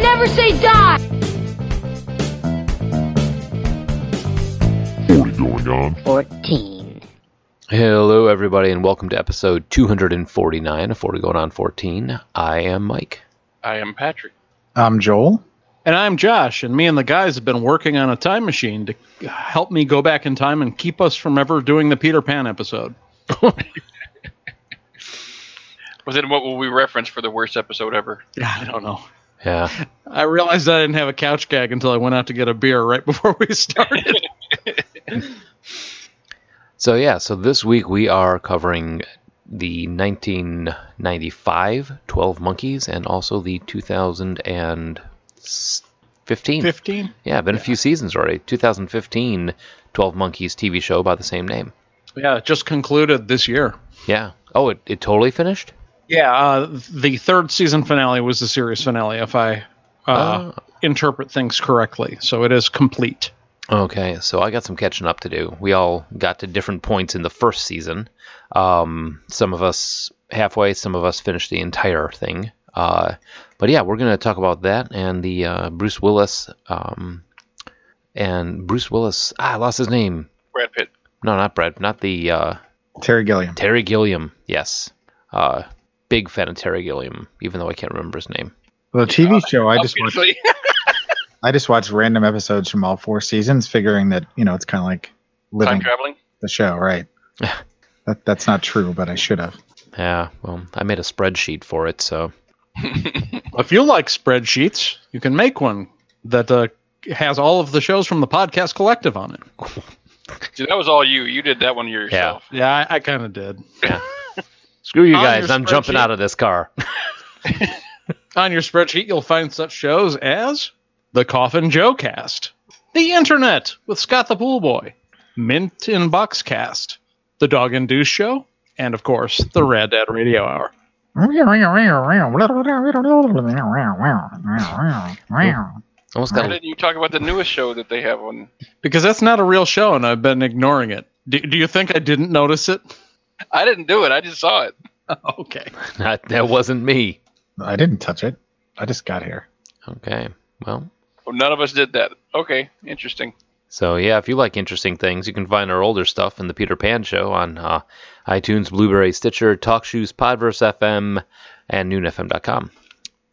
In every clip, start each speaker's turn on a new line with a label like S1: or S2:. S1: never say die!
S2: 40 going on.
S3: 14.
S4: Hello, everybody, and welcome to episode 249 of 40 Going On 14. I am Mike.
S5: I am Patrick.
S6: I'm Joel.
S5: And I'm Josh, and me and the guys have been working on a time machine to help me go back in time and keep us from ever doing the Peter Pan episode.
S7: Well, then what will we reference for the worst episode ever?
S5: I don't know.
S4: Yeah.
S5: I realized I didn't have a couch gag until I went out to get a beer right before we started.
S4: So, yeah, so this week we are covering the 1995 12 Monkeys and also the 2015.
S5: 15?
S4: Yeah, been a few seasons already. 2015 12 Monkeys TV show by the same name.
S5: Yeah, it just concluded this year.
S4: Yeah. Oh, it, it totally finished?
S5: Yeah, uh, the third season finale was the series finale, if I uh, interpret things correctly. So it is complete.
S4: Okay, so I got some catching up to do. We all got to different points in the first season. Um, some of us halfway, some of us finished the entire thing. Uh, but yeah, we're going to talk about that and the uh, Bruce Willis um, and Bruce Willis. Ah, I lost his name.
S7: Brad Pitt.
S4: No, not Brad. Not the uh,
S6: Terry Gilliam.
S4: Terry Gilliam. Yes, uh, big fan of Terry Gilliam, even though I can't remember his name.
S6: The TV show I just watched,
S7: Obviously.
S6: I just watched random episodes from all four seasons, figuring that you know it's kind of like
S7: Time
S6: living
S7: traveling.
S6: the show, right? that, that's not true, but I should have.
S4: Yeah, well, I made a spreadsheet for it, so
S5: If you like spreadsheets, you can make one that uh, has all of the shows from the podcast collective on it.
S7: Dude, that was all you. You did that one yourself.
S5: Yeah, I, I kind of did.
S4: screw you
S5: On
S4: guys.
S5: your
S4: I'm jumping
S5: spreadsheet.
S4: out of this car.
S5: On your spreadsheet, you'll find such shows as The Coffin Joe Cast, The Internet with Scott the Pool Boy, Mint in Box Cast, The Dog and Deuce Show, and of course, The Rad Dad Radio Hour.
S4: Almost
S7: Why
S4: got a
S7: didn't you talk about the newest show that they have on?
S5: Because that's not a real show, and I've been ignoring it. Do, do you think I didn't notice it?
S7: I didn't do it. I just saw it.
S5: Okay.
S4: Not, that wasn't me.
S6: I didn't touch it. I just got here.
S4: Okay. Well,
S7: Well, none of us did that. Okay, interesting.
S4: so yeah, if you like interesting things, you can find our older stuff in the Peter Pan Show on uh, iTunes, Blueberry, Stitcher, TalkShoes, Podverse FM, and noonfm.com.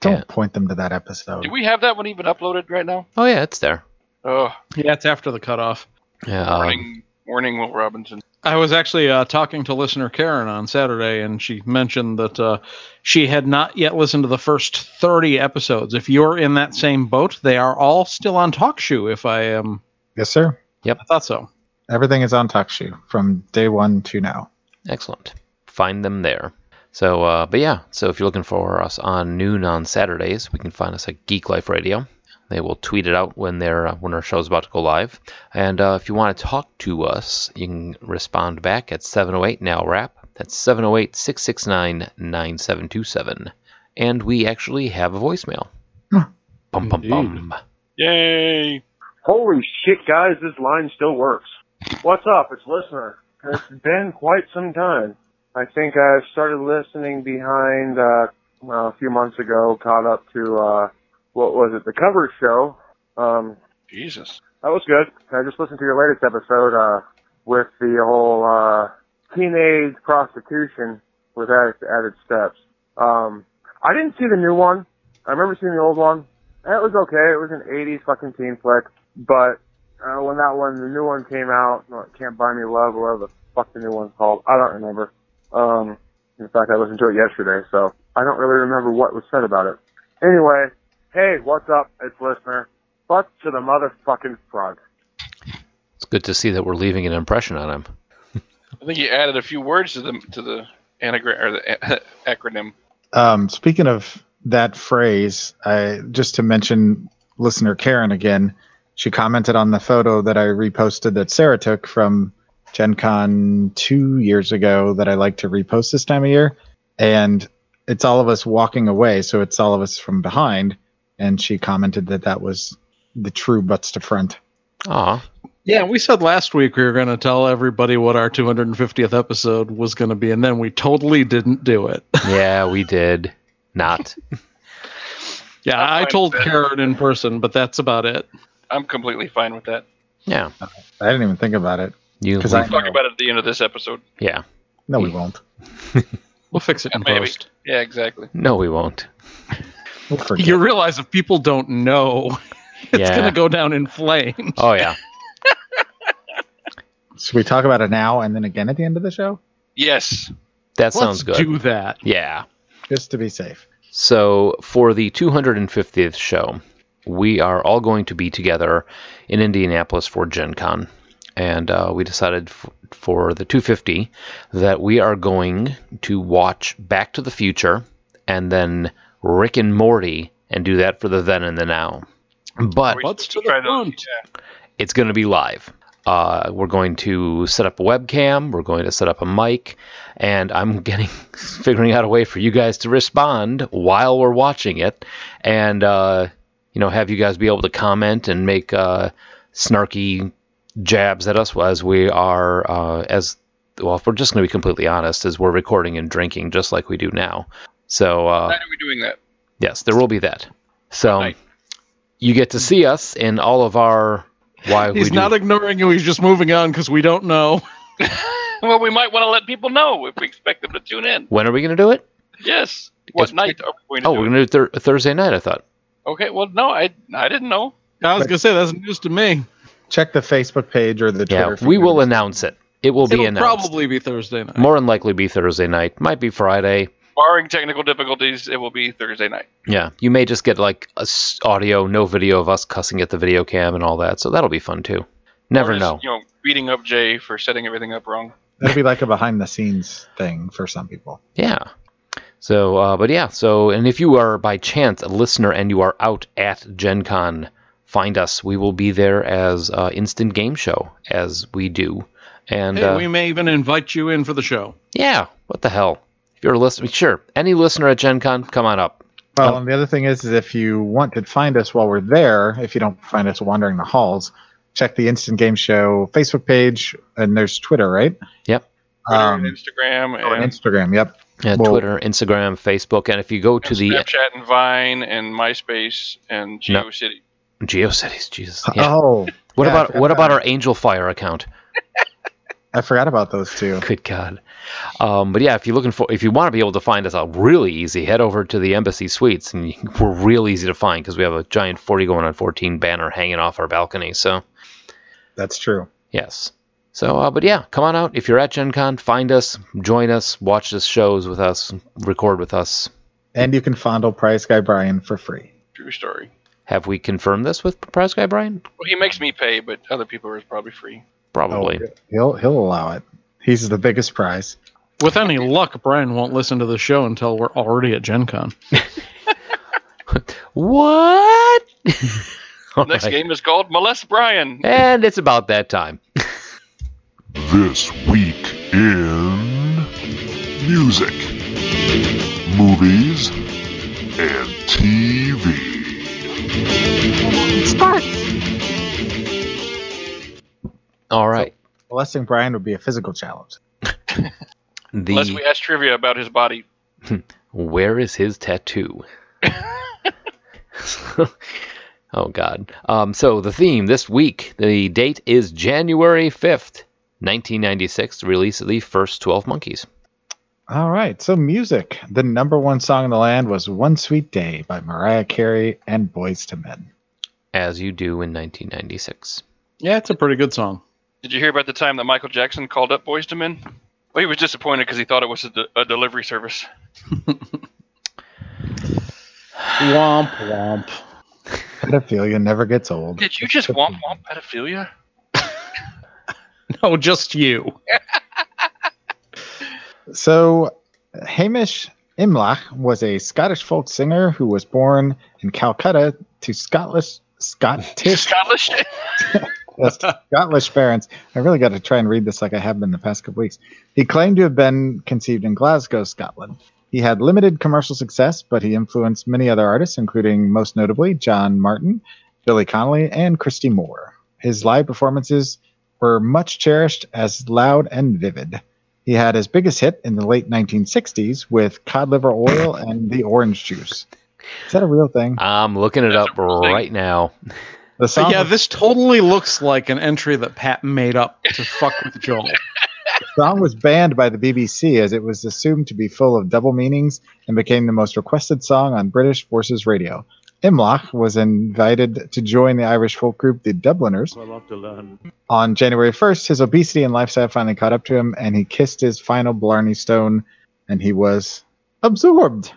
S6: Don't
S4: Yeah.
S6: point them to that episode.
S7: Do we have that one even uploaded right now?
S4: Oh yeah, it's there.
S7: Oh,
S5: Yeah, it's after the cutoff.
S4: Yeah, um,
S7: warning, warning, Will Robinson.
S5: I was actually uh, talking to listener Karen on Saturday, and she mentioned that uh, she had not yet listened to the first 30 episodes. If you're in that same boat, they are all still on TalkShoe, if I am. Um,
S6: yes, sir.
S5: I thought so.
S6: Everything is on TalkShoe from day one to now.
S4: Excellent. Find them there. So, uh, but yeah, so if you're looking for us on noon on Saturdays, we can find us at Geek Life Radio. They will tweet it out when their uh, when our show's about to go live. And uh, if you want to talk to us, you can respond back at 708 now wrap. That's 708 669 9727. And we actually have a voicemail. bum, bum, bum.
S7: Yay!
S8: Holy shit, guys, this line still works. What's up? It's listener. It's been quite some time. I think I started listening behind uh, well, a few months ago. Caught up to uh, what was it? The cover show. Um,
S7: Jesus.
S8: that was good. I just listened to your latest episode uh, with the whole uh, teenage prostitution with added, added steps. Um, I didn't see the new one. I remember seeing the old one. That was okay. It was an 80s fucking teen flick. But uh, when that one, the new one came out, uh, Can't Buy Me Love, or whatever the fuck the new one's called, I don't remember. Um, in fact, I listened to it yesterday, so I don't really remember what was said about it. Anyway, hey, what's up? It's listener. Fuck to the motherfucking front.
S4: It's good to see that we're leaving an impression on him.
S7: I think you added a few words to the to the anagram or the a- acronym.
S6: Um, speaking of that phrase, I just to mention listener Karen again, she commented on the photo that I reposted that Sarah took from Gen Con two years ago that I like to repost this time of year. And it's all of us walking away, so it's all of us from behind. And she commented that that was the true butts to front.
S4: Aw.
S5: Yeah, we said last week we were going to tell everybody what our 250th episode was going to be, and then we totally didn't do it.
S4: Yeah, we did. Not.
S5: Yeah, I told Karen in person, but that's about it.
S7: I'm completely fine with that.
S4: Yeah.
S6: I didn't even think about it.
S4: You
S6: 'Cause I-
S4: leave-
S7: Talk
S6: No.
S7: about it at the end of this episode.
S4: yeah.
S6: No, we won't.
S5: We'll fix it in
S7: Maybe.
S5: post.
S7: Yeah, exactly.
S4: No, we won't.
S6: We'll forget.
S5: You realize if people don't know, it's
S4: yeah.
S5: going to go down in flames.
S4: Oh yeah.
S6: Should we talk about it now and then again at the end of the show,
S7: Yes.
S4: That
S5: Let's
S4: sounds good.
S5: do that.
S4: yeah.
S6: just to be safe?
S4: So, for the 250th show, we are all going to be together in Indianapolis for Gen Con. And uh, we decided f- for the 250 that we are going to watch Back to the Future and then Rick and Morty and do that for the then and the now. But
S7: We
S5: What's
S7: should
S5: to the
S7: try those.
S5: front?
S7: Yeah.
S4: it's going to be live. Uh, we're going to set up a webcam. We're going to set up a mic, and I'm getting figuring out a way for you guys to respond while we're watching it, and uh, you know have you guys be able to comment and make uh, snarky jabs at us as we are uh, as well. If we're just going to be completely honest, as we're recording and drinking just like we do now. So uh,
S7: Why are we doing that?
S4: Yes, there will be that. So
S7: Right.
S4: you get to see us in all of our why we
S5: He's
S4: do.
S5: not ignoring you. He's just moving on because we don't know.
S7: Well, we might want to let people know if we expect them to tune in.
S4: when are we going to do it?
S7: Yes. What
S4: It's-
S7: night are we going to
S4: Oh,
S7: do
S4: we're
S7: it?
S4: going to do it thur- Thursday night. I thought.
S7: Okay. Well, no, I I didn't know.
S5: I was going to say, that's news to me.
S6: Check the Facebook page or the
S4: Yeah,
S6: Twitter.
S4: we
S6: feed.
S4: will announce it. It will be
S5: It'll
S4: announced.
S5: probably be Thursday night.
S4: More than likely be Thursday night. Might be Friday.
S7: Barring technical difficulties, it will be Thursday night.
S4: Yeah, you may just get like a s- audio, no video of us cussing at the video cam and all that. So that'll be fun too. Never
S7: Or just,
S4: know.
S7: You know, beating up Jay for setting everything up wrong.
S6: That'll be like a behind the scenes thing for some people.
S4: Yeah. So, uh, but yeah, so, and if you are by chance a listener and you are out at Gen Con, find us. We will be there as uh, Instant Game Show, as we do. And
S5: Hey,
S4: uh,
S5: we may even invite you in for the show.
S4: yeah, what the hell? If you're a listener, sure, any listener at Gen Con, come on up.
S6: Well, and the other thing is, is if you want to find us while we're there, if you don't find us wandering the halls, check the Instant Game Show Facebook page and there's Twitter, right?
S4: Yep.
S7: Twitter
S6: Um,
S7: and Instagram
S6: oh, and
S7: and
S6: Instagram. Yep.
S4: Yeah,
S6: Well-
S4: Uh, Twitter, Instagram, Facebook, and if you go to the uh,
S7: Snapchat and Vine and MySpace and
S4: No.
S7: GeoCity.
S4: GeoCities, Jesus. Yeah.
S6: Oh,
S4: what
S6: yeah, I
S4: about
S6: forgot
S4: what
S6: about
S4: about our Angel Fire account?
S6: I forgot about those two.
S4: Good God. Um, but yeah, if you're looking for, if you want to be able to find us out really easy, head over to the Embassy Suites, and you- we're real easy to find because we have a giant 40 going on 14 banner hanging off our balcony. So,
S6: That's true.
S4: yes. So, uh, but yeah, come on out. If you're at Gen Con, find us, join us, watch the shows with us, record with us.
S6: And you can fondle Prize Guy Brian for free.
S7: True story.
S4: Have we confirmed this with Prize Guy Brian?
S7: Well, he makes me pay, but other people are probably free.
S4: Probably.
S6: Oh, He'll he'll allow it. He's the biggest prize.
S5: With any luck, Brian won't listen to the show until we're already at Gen Con.
S4: What? All
S7: Next
S4: right.
S7: game is called Molest Brian.
S4: And it's about that time.
S1: This week in music, movies, and TV.
S4: All right.
S6: Molesting Brian would be a physical challenge.
S4: The
S7: Unless we ask trivia about his body.
S4: Where is his tattoo? oh God. Um, so the theme this week, the date is January fifth, nineteen ninety six. Release of the first Twelve Monkeys.
S6: All right. So music. The number one song in the land was One Sweet Day by Mariah Carey and Boys to Men.
S4: As you do in 1996.
S5: Yeah, it's a pretty good song.
S7: Did you hear about the time that Michael Jackson called up Boys to Men? Well, he was disappointed because he thought it was a, de- a delivery service.
S5: Womp womp.
S6: Pedophilia never gets old.
S7: Did you just womp womp pedophilia?
S5: No, just you.
S6: So Hamish Imlach was a Scottish folk singer who was born in Calcutta to Scottish Scottish
S7: Scottish?
S6: That's Scottish parents. I really got to try and read this like I have been the past couple weeks. He claimed to have been conceived in Glasgow, Scotland. He had limited commercial success, but he influenced many other artists, including most notably John Martin, Billy Connolly, and Christy Moore. His live performances were much cherished as loud and vivid. He had his biggest hit in the late 1960s with cod liver oil and the orange juice. Is that a real thing?
S4: I'm looking it up right now.
S6: The song,
S5: Uh, yeah, this totally looks like an entry that Pat made up to fuck with Joel.
S6: the song was banned by the BBC as it was assumed to be full of double meanings and became the most requested song on British Forces Radio. Imlach was invited to join the Irish folk group the Dubliners. On January 1st, his obesity and lifestyle finally caught up to him, and he kissed his final Blarney Stone, and he was absorbed.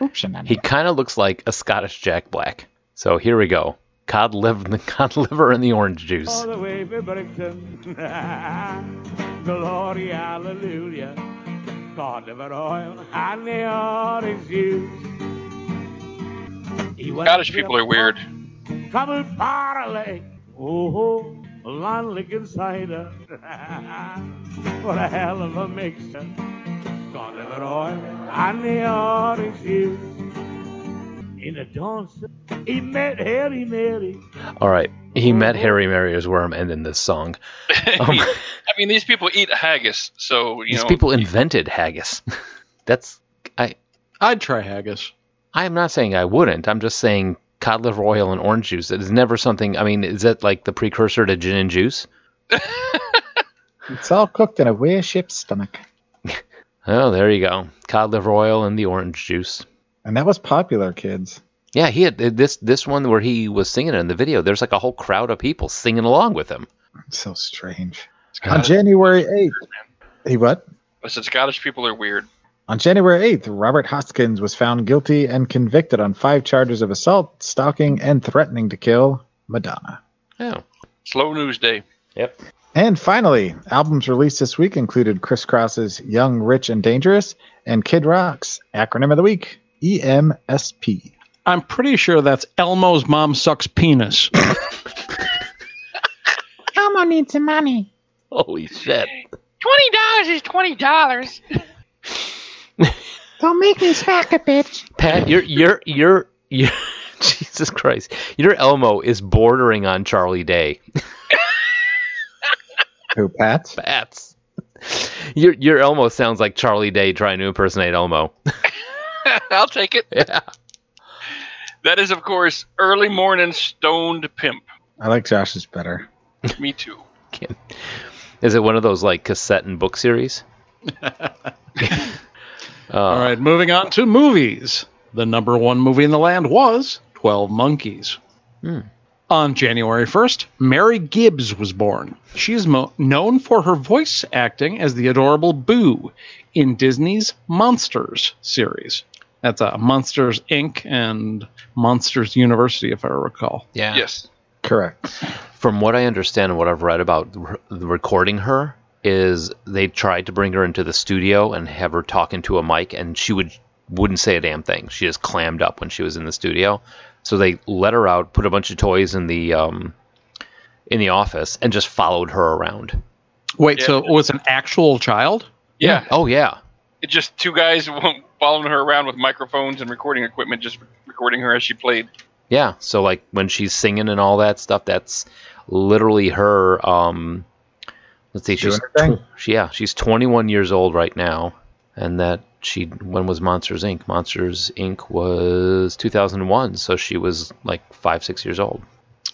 S6: Option.
S4: He kind of looks like a Scottish Jack Black. So here we go. Cod liver, cod liver and the orange juice.
S7: Oh,
S2: All the way to Brixton. Glory, hallelujah. God of our oil and the orange juice. He went
S7: Scottish
S2: to
S7: people
S2: a
S7: are weird.
S2: Trouble barley. Oh, oh, Lanligan cider. what a hell of a mixture. God of it oil and the orange juice. In a dance, he met Harry Mary.
S4: All right.
S7: Oh,
S4: He met Harry Mary is where I'm ending this song. Um,
S7: I mean, these people eat haggis, so you
S4: these
S7: know.
S4: people invented haggis. That's I.
S5: I'd try haggis.
S4: I am not saying I wouldn't. I'm just saying cod liver oil and orange juice. It is never something. I mean, is that like the precursor to gin and juice?
S6: It's all cooked in a whale ship's stomach.
S4: Oh, there you go. Cod liver oil and the orange juice.
S6: And that was popular, kids.
S4: Yeah, he had this this one where he was singing it in the video. There's like a whole crowd of people singing along with him.
S6: It's so strange. On January 8th, he what?
S7: I said Scottish people are weird.
S6: On January 8th, Robert Hoskins was found guilty and convicted on five charges of assault, stalking, and threatening to kill Madonna.
S4: Oh,
S7: Slow news day.
S4: yep.
S6: And finally, albums released this week included Criss Cross's Young, Rich, and Dangerous and Kid Rock's acronym of the week, E EMSP.
S5: I'm pretty sure that's Elmo's mom sucks penis.
S4: Holy shit.
S7: Twenty dollars is twenty dollars.
S4: Pat, your your your your Jesus Christ, your Elmo is bordering on Charlie Day.
S6: Who, Pat?
S4: Bats. Your your Elmo sounds like Charlie Day trying to impersonate Elmo.
S7: I'll take it.
S4: Yeah.
S7: That is, of course, early morning stoned pimp.
S6: I like Josh's better.
S7: Me too.
S4: Is it one of those like cassette and book series?
S5: All right, moving on to movies. The number one movie in the land was 12 Monkeys. On January 1st, Mary Gibbs was born. She is mo- known for her voice acting as the adorable Boo in Disney's Monsters series. That's uh, Monsters Inc. and Monsters University, if I recall.
S4: Yeah.
S7: Yes.
S6: Correct.
S4: From what I understand and what I've read about re- recording her is they tried to bring her into the studio and have her talk into a mic and she would wouldn't say a damn thing. She just clammed up when she was in the studio. So they let her out, put a bunch of toys in the um, in the office and just followed her around.
S5: Wait,
S7: Yeah.
S5: so it was an actual child?
S7: Yeah.
S4: Oh yeah.
S7: It's just two guys following her around with microphones and recording equipment, just recording her as she played.
S4: Yeah, so like when she's singing and all that stuff, that's literally her. Um, let's see,
S6: Doing
S4: she's
S6: her thing.
S4: tw- she, yeah, she's 21 years old right now, and that she when was Monsters Inc. Monsters Inc. was 2001, so she was like five six years old.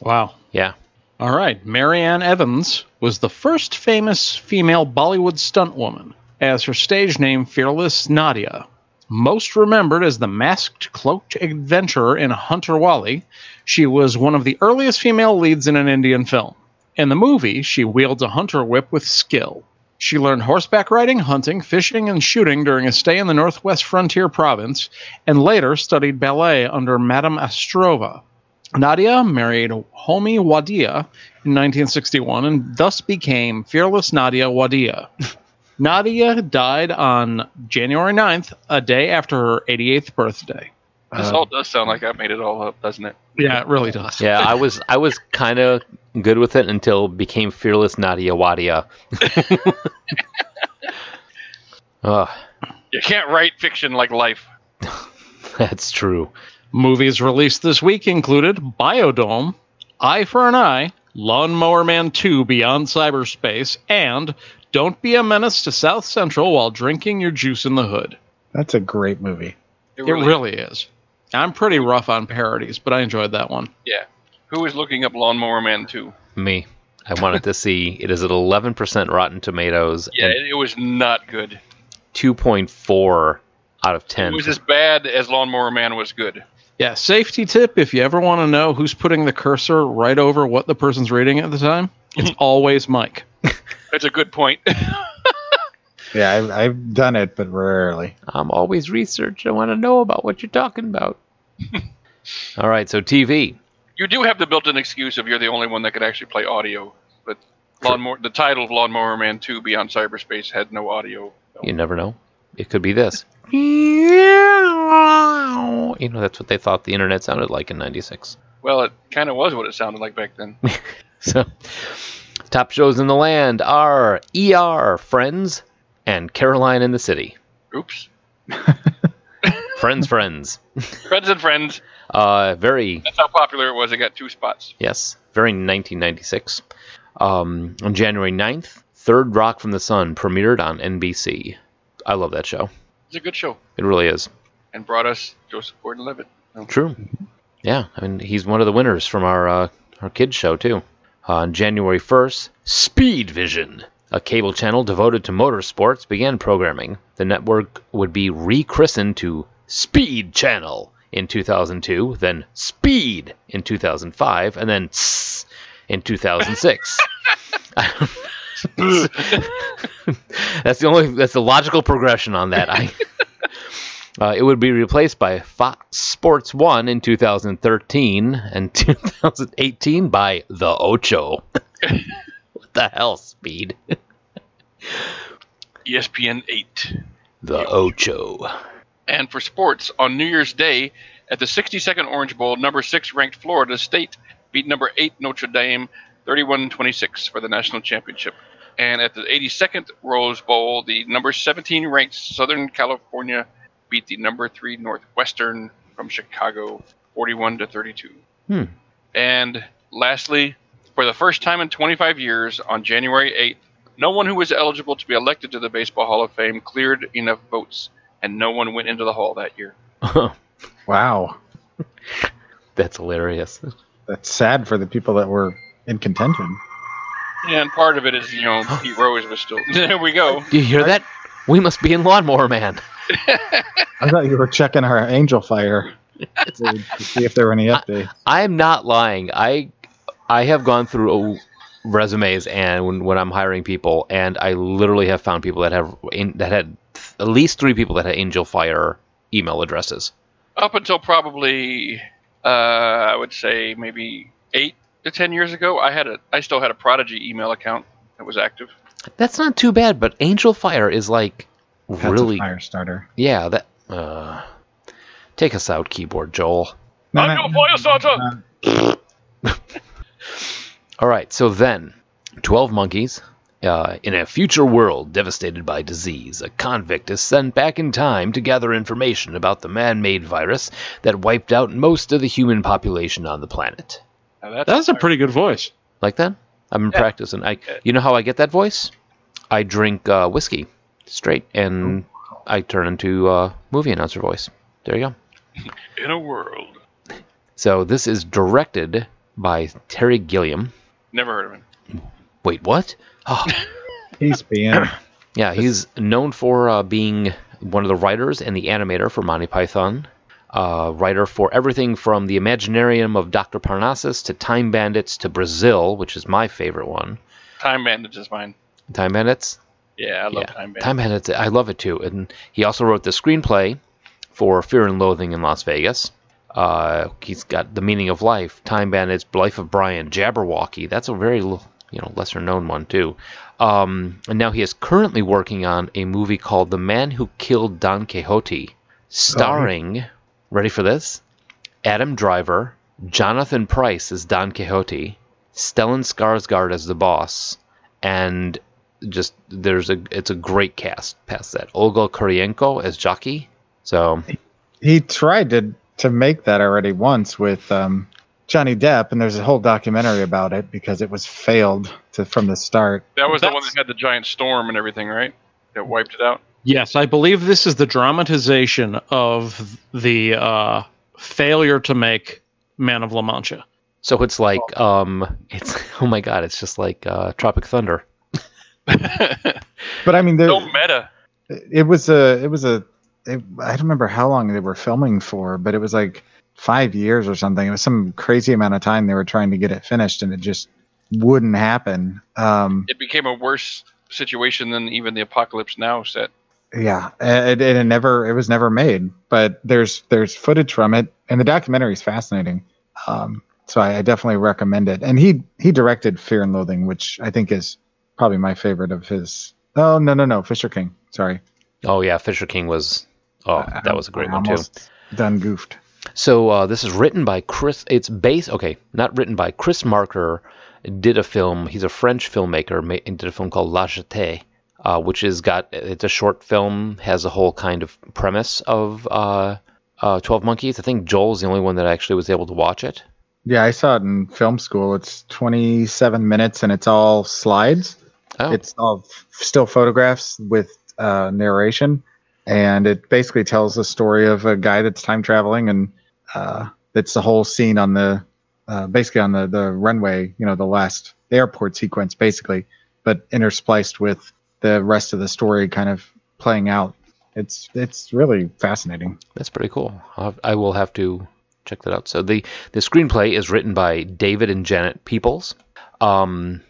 S5: Wow.
S4: Yeah,
S5: All right, Marianne Evans was the first famous female Bollywood stunt woman, as her stage name Fearless Nadia. Most remembered as the masked cloaked adventurer in Hunter Wally, she was one of the earliest female leads in an Indian film. In the movie, she wields a hunter whip with skill. She learned horseback riding, hunting, fishing, and shooting during a stay in the Northwest Frontier Province, and later studied ballet under Madame Astrova. Nadia married Homi Wadia in 1961 and thus became Fearless Nadia Wadia. Nadia died on January 9th, a day after her 88th birthday.
S7: This all does sound like I made it all up, doesn't it?
S5: Yeah, it really does.
S4: yeah, I was I was kind of good with it until became fearless Nadia Wadia. Ugh,
S7: You can't write fiction like life.
S4: that's true.
S5: Movies released this week included Biodome, Eye for an Eye, Lawnmower Man 2 Beyond Cyberspace, and Don't Be a Menace to South Central While Drinking Your Juice in the Hood.
S6: That's a great movie.
S5: It really is. I'm pretty rough on parodies, but I enjoyed that one.
S7: Yeah. Who is looking up Lawnmower Man 2?
S4: Me. I wanted to see. It is at 11% Rotten Tomatoes
S7: Yeah,
S4: and
S7: it, it was not good.
S4: 2.4 out of
S7: It
S4: 10.
S7: was as bad as Lawnmower Man was good.
S5: Yeah, safety tip if you ever want to know who's putting the cursor right over what the person's reading at the time, it's always Mike.
S7: That's a good point.
S6: Yeah, I've, I've done it, but rarely.
S4: I'm always research. I want to know about what you're talking about. All right, so TV.
S7: you do have the built-in excuse of you're the only one that could actually play audio, but Lawnmower, the title of Lawnmower Man 2 Beyond Cyberspace had no audio.
S4: You never know. It could be this. You know, that's what they thought the internet sounded like in 96.
S7: Well, it kind of was what it sounded like back then.
S4: So, top shows in the land are ER, Friends, and Caroline in the City.
S7: Oops.
S4: Friends, Friends.
S7: Friends and Friends.
S4: Uh, very
S7: That's how popular it was. It got two spots.
S4: Yes, very 1996. Um, on January 9th, Third Rock from the Sun premiered on NBC. I love that show.
S7: It's a good show
S4: It really is.
S7: and brought us Joseph Gordon-Levitt.
S4: True. Yeah, I mean, he's one of the winners from our, uh, our kids' show, too. Uh, on January 1st, Speed Vision, a cable channel devoted to motorsports, began programming. The network would be rechristened to Speed Channel in 2002, then Speed in 2005, and then S in 2006. that's the only that's the logical progression on that. I uh, it would be replaced by Fox Sports One in 2013 and 2018 by The Ocho. what the hell, Speed?
S7: ESPN 8.
S4: The Ocho.
S7: And for sports, on New Year's Day, at the 62nd Orange Bowl, number six ranked Florida State beat number eight Notre Dame 31 26 for the national championship. And at the 82nd Rose Bowl, the number 17 ranked Southern California beat the number three Northwestern from Chicago 41 to 32.
S4: Hmm.
S7: And lastly, for the first time in 25 years, on January 8th, no one who was eligible to be elected to the Baseball Hall of Fame cleared enough votes, and no one went into the hall that year.
S6: Wow,
S4: That's hilarious.
S6: that's sad for the people that were in contention.
S7: And part of it is, you know, Pete Rose was still. There we go.
S4: Do you hear that? We must be in Lawnmower Man.
S6: I thought you were checking our Angel Fire to see if there were any updates.
S4: I'm not lying. I I have gone through resumes and when, when I'm hiring people, and I literally have found people that have in, that had th- at least three people that had Angel Fire email addresses.
S7: Up until probably, uh, I would say maybe eight to ten years ago, I had a, I still had a Prodigy email account that was active.
S4: That's not too bad, but Angel Fire is like
S6: That's
S4: really
S6: a fire starter.
S4: yeah. That uh, take us out, keyboard Joel.
S6: No,
S7: I'm
S6: no,
S7: your fire starter.
S4: All right, so then, 12 monkeys. Uh, in a future world devastated by disease, a convict is sent back in time to gather information about the man made virus that wiped out most of the human population on the planet.
S7: Now that's,
S5: That's a pretty good voice.
S4: Like that? I've been practicing. I, you know how I get that voice? I drink uh, whiskey straight, and I turn into uh, movie announcer voice. There you go.
S7: in a world.
S4: So this is directed by Terry Gilliam.
S7: Never heard of him.
S4: Wait, what? Oh.
S6: He's being
S4: Yeah, he's known for uh, being one of the writers and the animator for Monty Python. Uh, writer for everything from the Imaginarium of Dr. Parnassus to Time Bandits to Brazil, which is my favorite one.
S7: Time Bandits is mine.
S4: Time Bandits?
S7: Yeah, I love
S4: yeah.
S7: Time Bandits.
S4: Time Bandits, I love it too. And he also wrote the screenplay for Fear and Loathing in Las Vegas. Uh, he's got The Meaning of Life, Time Bandits, Life of Brian, Jabberwocky. That's a very l- you know lesser known one too. Um, and now he is currently working on a movie called The Man Who Killed Don Quixote, starring ready for this Adam Driver, Jonathan Price as Don Quixote, Stellan Skarsgård as the boss, and just there's a it's a great cast past that. Olga Kurienko as jockey. So
S6: he tried to to make that already once with um, Johnny Depp, and there's a whole documentary about it because it was failed to, from the start.
S7: that was the one
S5: That's-
S7: that had the giant storm and everything, right? That wiped it out.
S5: Yes, I believe this is the dramatization of the uh, failure to make Man of La Mancha.
S4: So it's like um, it's oh my god, it's just like uh, Tropic Thunder.
S6: But I mean, there,
S7: No meta.
S6: it was a it was a it, I don't remember how long they were filming for, but it was like five years or something. It was some crazy amount of time they were trying to get it finished, and it just wouldn't happen. Um,
S7: It became a worse situation than even the Apocalypse Now set.
S6: yeah, it, it, it never it was never made, but there's there's footage from it, and the documentary is fascinating. Um, so I, I definitely recommend it. And he he directed Fear and Loathing, which I think is probably my favorite of his. Oh no no no, Fisher King. Sorry,
S4: Oh yeah, Fisher King was oh that was a great
S6: I
S4: one too.
S6: almost Done goofed.
S4: So uh, this is written by Chris. It's based okay, not written by Chris Marker. Did a film. He's a French filmmaker. ma- and Did a film called La Jetée, uh, which has got it's a short film. Has a whole kind of premise of uh, uh, Twelve Monkeys. I think Joel's the only one that actually was able to watch it.
S6: Yeah, I saw it in film school. It's 27 minutes and it's all slides.
S4: Oh,
S6: It's all f- still photographs with uh, narration. And it basically tells the story of a guy that's time traveling. And uh, it's the whole scene on the uh, basically on the, the runway, you know, the last airport sequence, basically, but interspliced with the rest of the story kind of playing out. It's it's really fascinating.
S4: that's pretty cool. I'll have, I will have to check that out. So the the screenplay is written by David and Janet Peoples, um,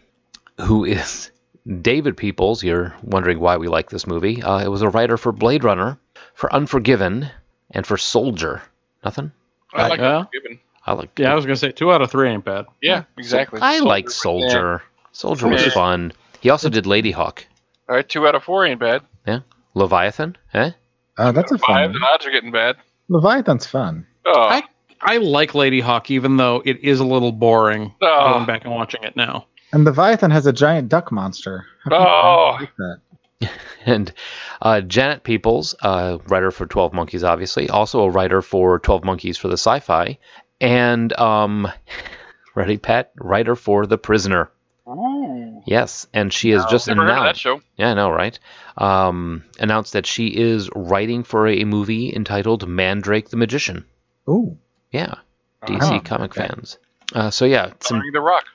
S4: who is David Peoples. You're wondering why we like this movie. Uh, it was a writer for Blade Runner, for Unforgiven, and for Soldier. Nothing.
S7: I like
S5: Yeah.
S7: Given.
S4: I like.
S5: Yeah, I was gonna say two out of three ain't bad.
S7: Yeah, exactly.
S4: I like Soldier. Soldier was
S7: Yeah.
S4: fun. He also did Lady Hawk.
S7: All right, two out of four ain't bad.
S4: Yeah. Leviathan. Eh?
S6: Uh, that's a fun
S7: Five, the
S6: one.
S7: odds are getting bad.
S6: Leviathan's fun.
S7: Oh,
S5: I I like Lady Hawk, even though it is a little boring
S7: Oh.
S5: going back and watching it now.
S6: And Leviathan has a giant duck monster. How come
S7: Oh.
S6: I like that?
S4: And uh, Janet Peoples, uh, writer for 12 Monkeys, obviously, also a writer for 12 Monkeys for the sci fi, and um, ready, Pat, writer for The Prisoner. Yes, and she has just
S7: Oh, never heard of that
S4: announced.
S7: show.
S4: Yeah, I know, right? Um, announced that she is writing for a movie entitled Mandrake the Magician.
S6: Ooh.
S4: Yeah, DC
S6: Oh,
S4: comic fans. Uh, so yeah, some
S7: Starring The Rock.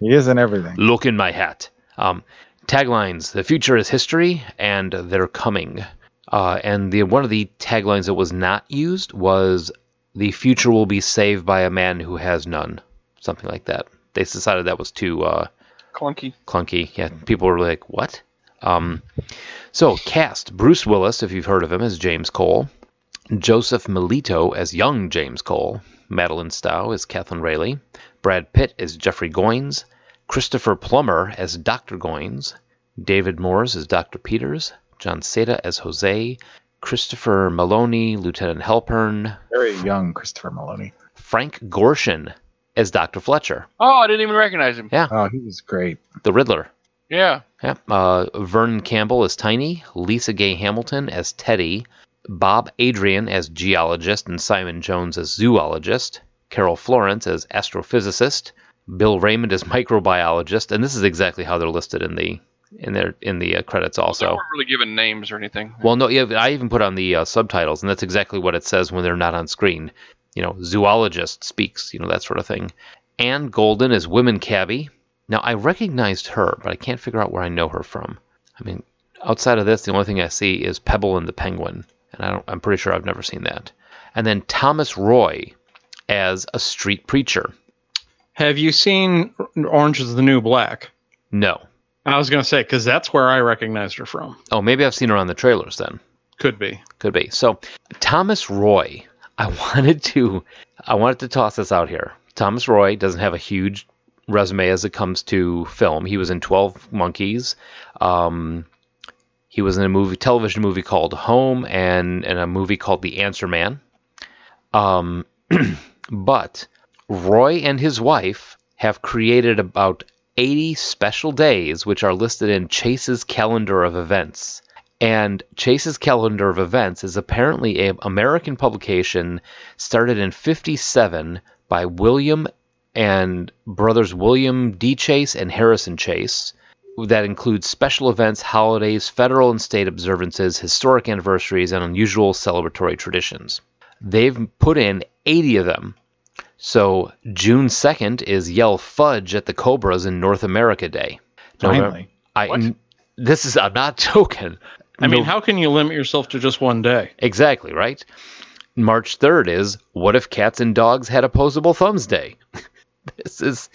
S6: He is in everything.
S4: look in my hat. Um, taglines: The future is history, and they're coming. Uh, and the one of the taglines that was not used was "The future will be saved by a man who has none," something like that. They decided that was too uh,
S7: Clunky.
S4: clunky. Yeah, people were like, "What?" Um, so cast: Bruce Willis, if you've heard of him, as James Cole. Joseph Melito as young James Cole. Madeline Stowe as Kathleen Rayleigh. Brad Pitt as Jeffrey Goines. Christopher Plummer as Dr. Goines. David Moores as Dr. Peters. John Seda as Jose. Christopher Maloney, Lieutenant Halpern.
S6: Very young Christopher Maloney.
S4: Frank Gorshin as Dr. Fletcher.
S7: Oh, I didn't even recognize him.
S4: Yeah.
S6: Oh, he was great.
S4: The Riddler.
S7: Yeah.
S4: Yeah. Uh, Vernon Campbell as Tiny, Lisa Gay Hamilton as Teddy, Bob Adrian as geologist, and Simon Jones as zoologist, Carol Florence as astrophysicist, Bill Raymond as microbiologist, and this is exactly how they're listed in the in their in the uh, credits
S7: They
S4: also.
S7: weren't really given names or anything.
S4: Well, no, yeah, I even put on the uh, subtitles, and that's exactly what it says when they're not on screen. You know, zoologist speaks, you know, that sort of thing. Anne Golden is women cabbie. Now, I recognized her, but I can't figure out where I know her from. I mean, outside of this, the only thing I see is Pebble and the Penguin, and I don't, I'm pretty sure I've never seen that. And then Thomas Roy as a street preacher.
S5: Have you seen Orange Is the New Black?
S4: No.
S5: I was gonna say because that's where I recognized her from.
S4: Oh, maybe I've seen her on the trailers then.
S5: Could be.
S4: could be. So Thomas Roy, I wanted to I wanted to toss this out here. Thomas Roy doesn't have a huge resume as it comes to film. He was in Twelve Monkeys. Um, he was in a movie, television movie called Home, and and a movie called The Answer Man. Um, but Roy and his wife have created about 80 special days, which are listed in Chase's calendar of events. And Chase's Calendar of Events is apparently an American publication started in 57 by William and brothers William D. Chase and Harrison Chase, that includes special events, holidays, federal and state observances, historic anniversaries, and unusual celebratory traditions. They've put in 80 of them. So June 2nd is Yell Fudge at the Cobras in North America Day. Novem-
S6: Finally.
S4: I,
S5: What?
S4: this is, I'm not joking.
S5: I mean,
S4: No-
S5: how can you limit yourself to just one day?
S4: Exactly, right? March 3rd is What If Cats and Dogs Had Opposable Thumbs Day? this is.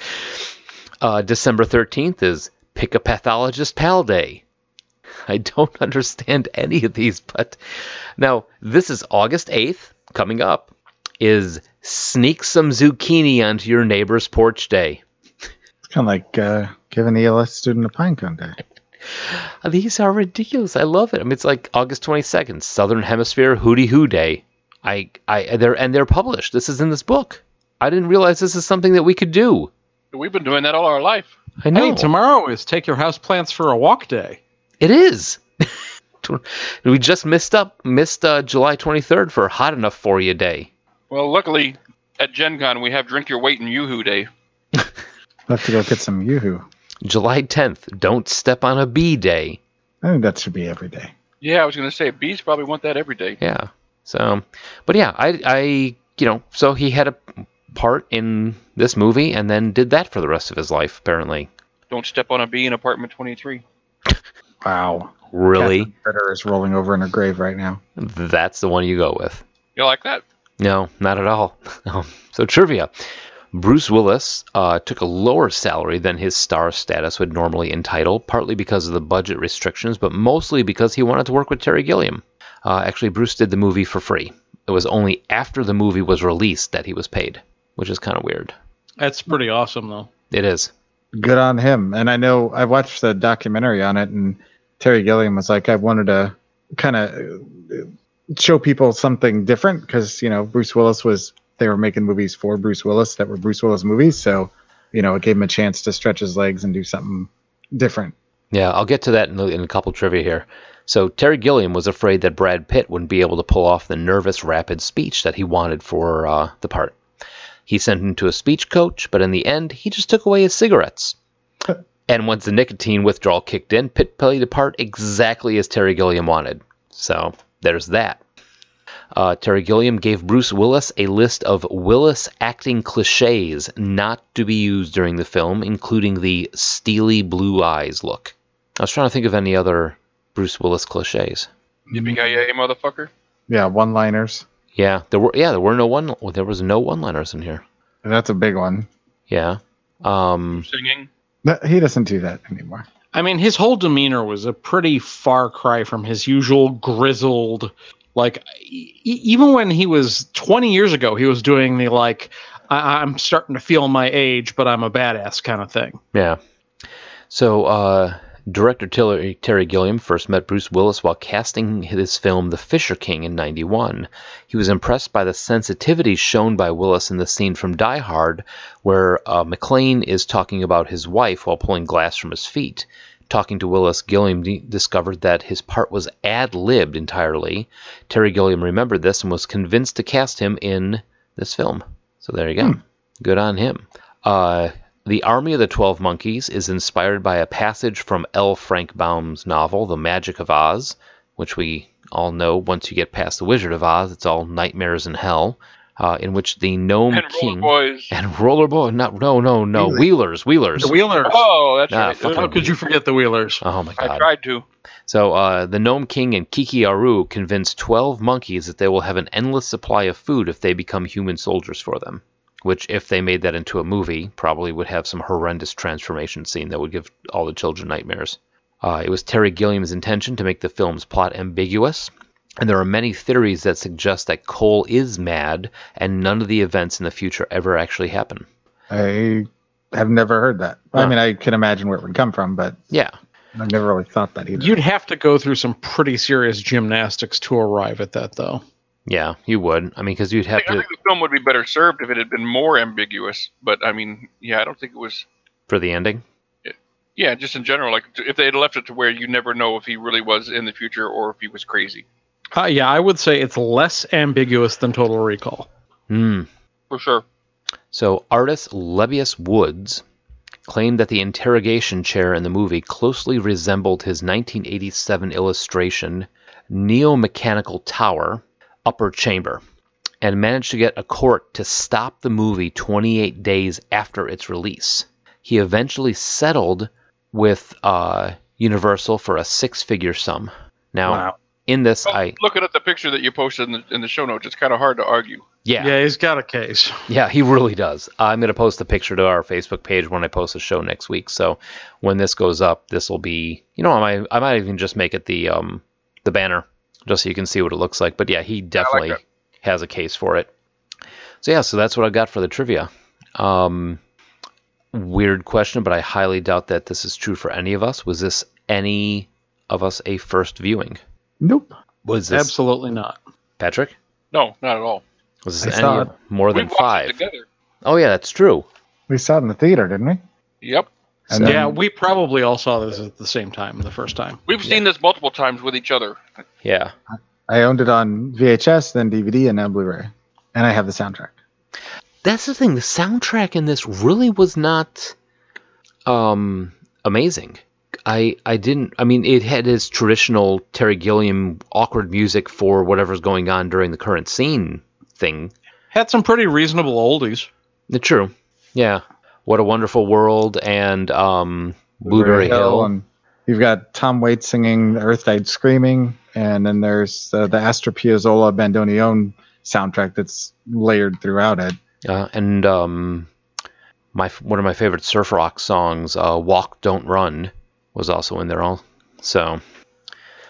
S4: Uh, December 13th is Pick a Pathologist Pal Day. I don't understand any of these, but. Now, this is August 8th, coming up, is Sneak Some Zucchini Onto Your Neighbor's Porch Day.
S6: It's kind of like uh, giving the ELS student a pine cone day.
S4: These are ridiculous. I love it. I mean, it's like August 22nd, Southern Hemisphere Hootie Hoo Day. I, I, they're, and they're published. This is in this book. I didn't realize this is something that we could do.
S7: We've been doing that all our life.
S4: I
S5: I
S4: know.
S5: mean, tomorrow is take your house plants for a walk day.
S4: it is. we just missed up, missed uh, July 23rd for Hot Enough For You Day.
S7: Well, luckily at Gen Con we have Drink Your Weight and Yoo-Hoo Day.
S6: I'll have to go get some yoo-hoo.
S4: July 10th, Don't Step on a Bee Day.
S6: I think that should be every day.
S7: Yeah, I was going to say bees probably want that every day.
S4: Yeah. So, but yeah, I, I, you know, so he had a part in this movie and then did that for the rest of his life, apparently.
S7: Don't step on a bee in apartment 23.
S6: Wow.
S4: Really?
S6: Catherine Ritter is rolling over in her grave right now.
S4: That's the one you go with.
S7: You like that?
S4: No, not at all. Um, so trivia. Bruce Willis uh, took a lower salary than his star status would normally entitle, partly because of the budget restrictions, but mostly because he wanted to work with Terry Gilliam. Uh, actually, Bruce did the movie for free. It was only after the movie was released that he was paid, which is kind of weird.
S5: That's pretty awesome, though.
S4: It is.
S6: Good on him. And I know I watched the documentary on it, and Terry Gilliam was like, I wanted to kind of show people something different because, you know, Bruce Willis was, they were making movies for Bruce Willis that were Bruce Willis movies. So, you know, it gave him a chance to stretch his legs and do something different.
S4: Yeah, I'll get to that in, a- in a couple trivia here. So Terry Gilliam was afraid that Brad Pitt wouldn't be able to pull off the nervous, rapid speech that he wanted for uh, the part. He sent him to a speech coach, but in the end, he just took away his cigarettes. and once the nicotine withdrawal kicked in, Pitt played the part exactly as Terry Gilliam wanted. So there's that. Uh, Terry Gilliam gave Bruce Willis a list of Willis acting cliches not to be used during the film, including the steely blue eyes look. I was trying to think of any other Bruce Willis cliches.
S7: Yippee-ki-yay, motherfucker.
S6: Yeah, one liners.
S4: Yeah, there were. Yeah, there were no one. There was no one-liners in here.
S6: That's a big one.
S4: Yeah. Um,
S7: Singing.
S6: But he doesn't do that anymore.
S5: I mean, his whole demeanor was a pretty far cry from his usual grizzled, like, e- even when he was 20 years ago, he was doing the, like, I- I'm starting to feel my age, but I'm a badass kind of thing.
S4: Yeah. So, uh, director Terry, Terry Gilliam first met Bruce Willis while casting his film The Fisher King in 91. He was impressed by the sensitivity shown by Willis in the scene from Die Hard, where uh, McLean is talking about his wife while pulling glass from his feet. Talking to Willis, Gilliam de- discovered that his part was ad libbed entirely. Terry Gilliam remembered this and was convinced to cast him in this film. So, there you go. Good on him. Uh, the Army of the Twelve Monkeys is inspired by a passage from L. Frank Baum's novel, The Magic of Oz, which we all know once you get past The Wizard of Oz, it's all nightmares and hell, uh, in which the Gnome
S7: And Roller
S4: King.
S7: Boys.
S4: And Roller Boy. Not, no, no, no. Wheelers, Wheelers.
S5: The Wheelers.
S7: Oh, that's
S4: Ah,
S7: right.
S4: fucking-
S5: How could you forget the Wheelers?
S4: oh, my
S7: I
S4: God.
S7: tried to.
S4: So uh, the Gnome King and Kiki Aru convince 12 monkeys that they will have an endless supply of food if they become human soldiers for them. Which, if they made that into a movie, probably would have some horrendous transformation scene that would give all the children nightmares. Uh, it was Terry Gilliam's intention to make the film's plot ambiguous, and there are many theories that suggest that Cole is mad and none of the events in the future ever actually happen.
S6: I have never heard that. I
S4: Huh.
S6: mean, I can imagine where it would come from, but
S4: Yeah,
S6: I've never really thought that either.
S5: You'd have to go through some pretty serious gymnastics to arrive at that, though.
S4: yeah, you would. I mean, because you'd
S7: I
S4: have
S7: think, I
S4: to
S7: think the film would be better served if it had been more ambiguous. But I mean, yeah, I don't think it was.
S4: for the ending.
S7: Yeah, just in general, like if they had left it to where you never know if he really was in the future or if he was crazy.
S5: Uh, yeah, I would say it's less ambiguous than Total Recall.
S4: Hmm.
S7: For sure.
S4: So artist Levius Woods claimed that the interrogation chair in the movie closely resembled his 1987 illustration, Neomechanical Tower, Upper Chamber, and managed to get a court to stop the movie 28 days after its release. He eventually settled with uh, Universal for a six figure sum. Now,
S5: Wow.
S4: in this, I.
S7: Oh, Looking at the picture that you posted in the, in the show notes, it's kind of hard to argue.
S4: Yeah.
S5: Yeah, he's got a case.
S4: Yeah, he really does. I'm going to post a picture to our Facebook page when I post the show next week. So when this goes up, this will be, you know, I might, I might even just make it the um the banner just so you can see what it looks like. But yeah, he definitely
S7: that.
S4: has a case for it. So yeah, so that's what I've got for the trivia. Um, weird question, but I highly doubt that this is true for any of us. Was this any of us a first viewing?
S6: Nope.
S4: Was this
S5: Absolutely not.
S4: Patrick?
S7: No, not at all.
S4: Was
S6: I
S4: this
S6: saw
S4: any more
S7: We
S4: than
S7: watched it
S4: five?
S7: together.
S4: Oh yeah, that's true.
S6: We saw it in the theater, didn't we?
S7: Yep.
S6: And
S5: yeah,
S6: then-
S5: we probably all saw this at the same time, the first time.
S7: We've seen this multiple times with each other.
S4: Yeah.
S6: I owned it on VHS, then DVD, and now Blu-ray, and I have the soundtrack.
S4: that's the thing the soundtrack in this really was not um amazing i i didn't i mean it had its traditional terry gilliam awkward music for whatever's going on during the current scene thing
S5: Had some pretty reasonable oldies.
S4: Uh, true yeah what a wonderful world and um blueberry, hill,
S6: and you've got Tom Waits singing "The Earth Died Screaming," and then there's uh, the Astor Piazzolla Bandoneon soundtrack that's layered throughout it.
S4: uh, and um my one of my favorite surf rock songs uh walk don't run was also in there all so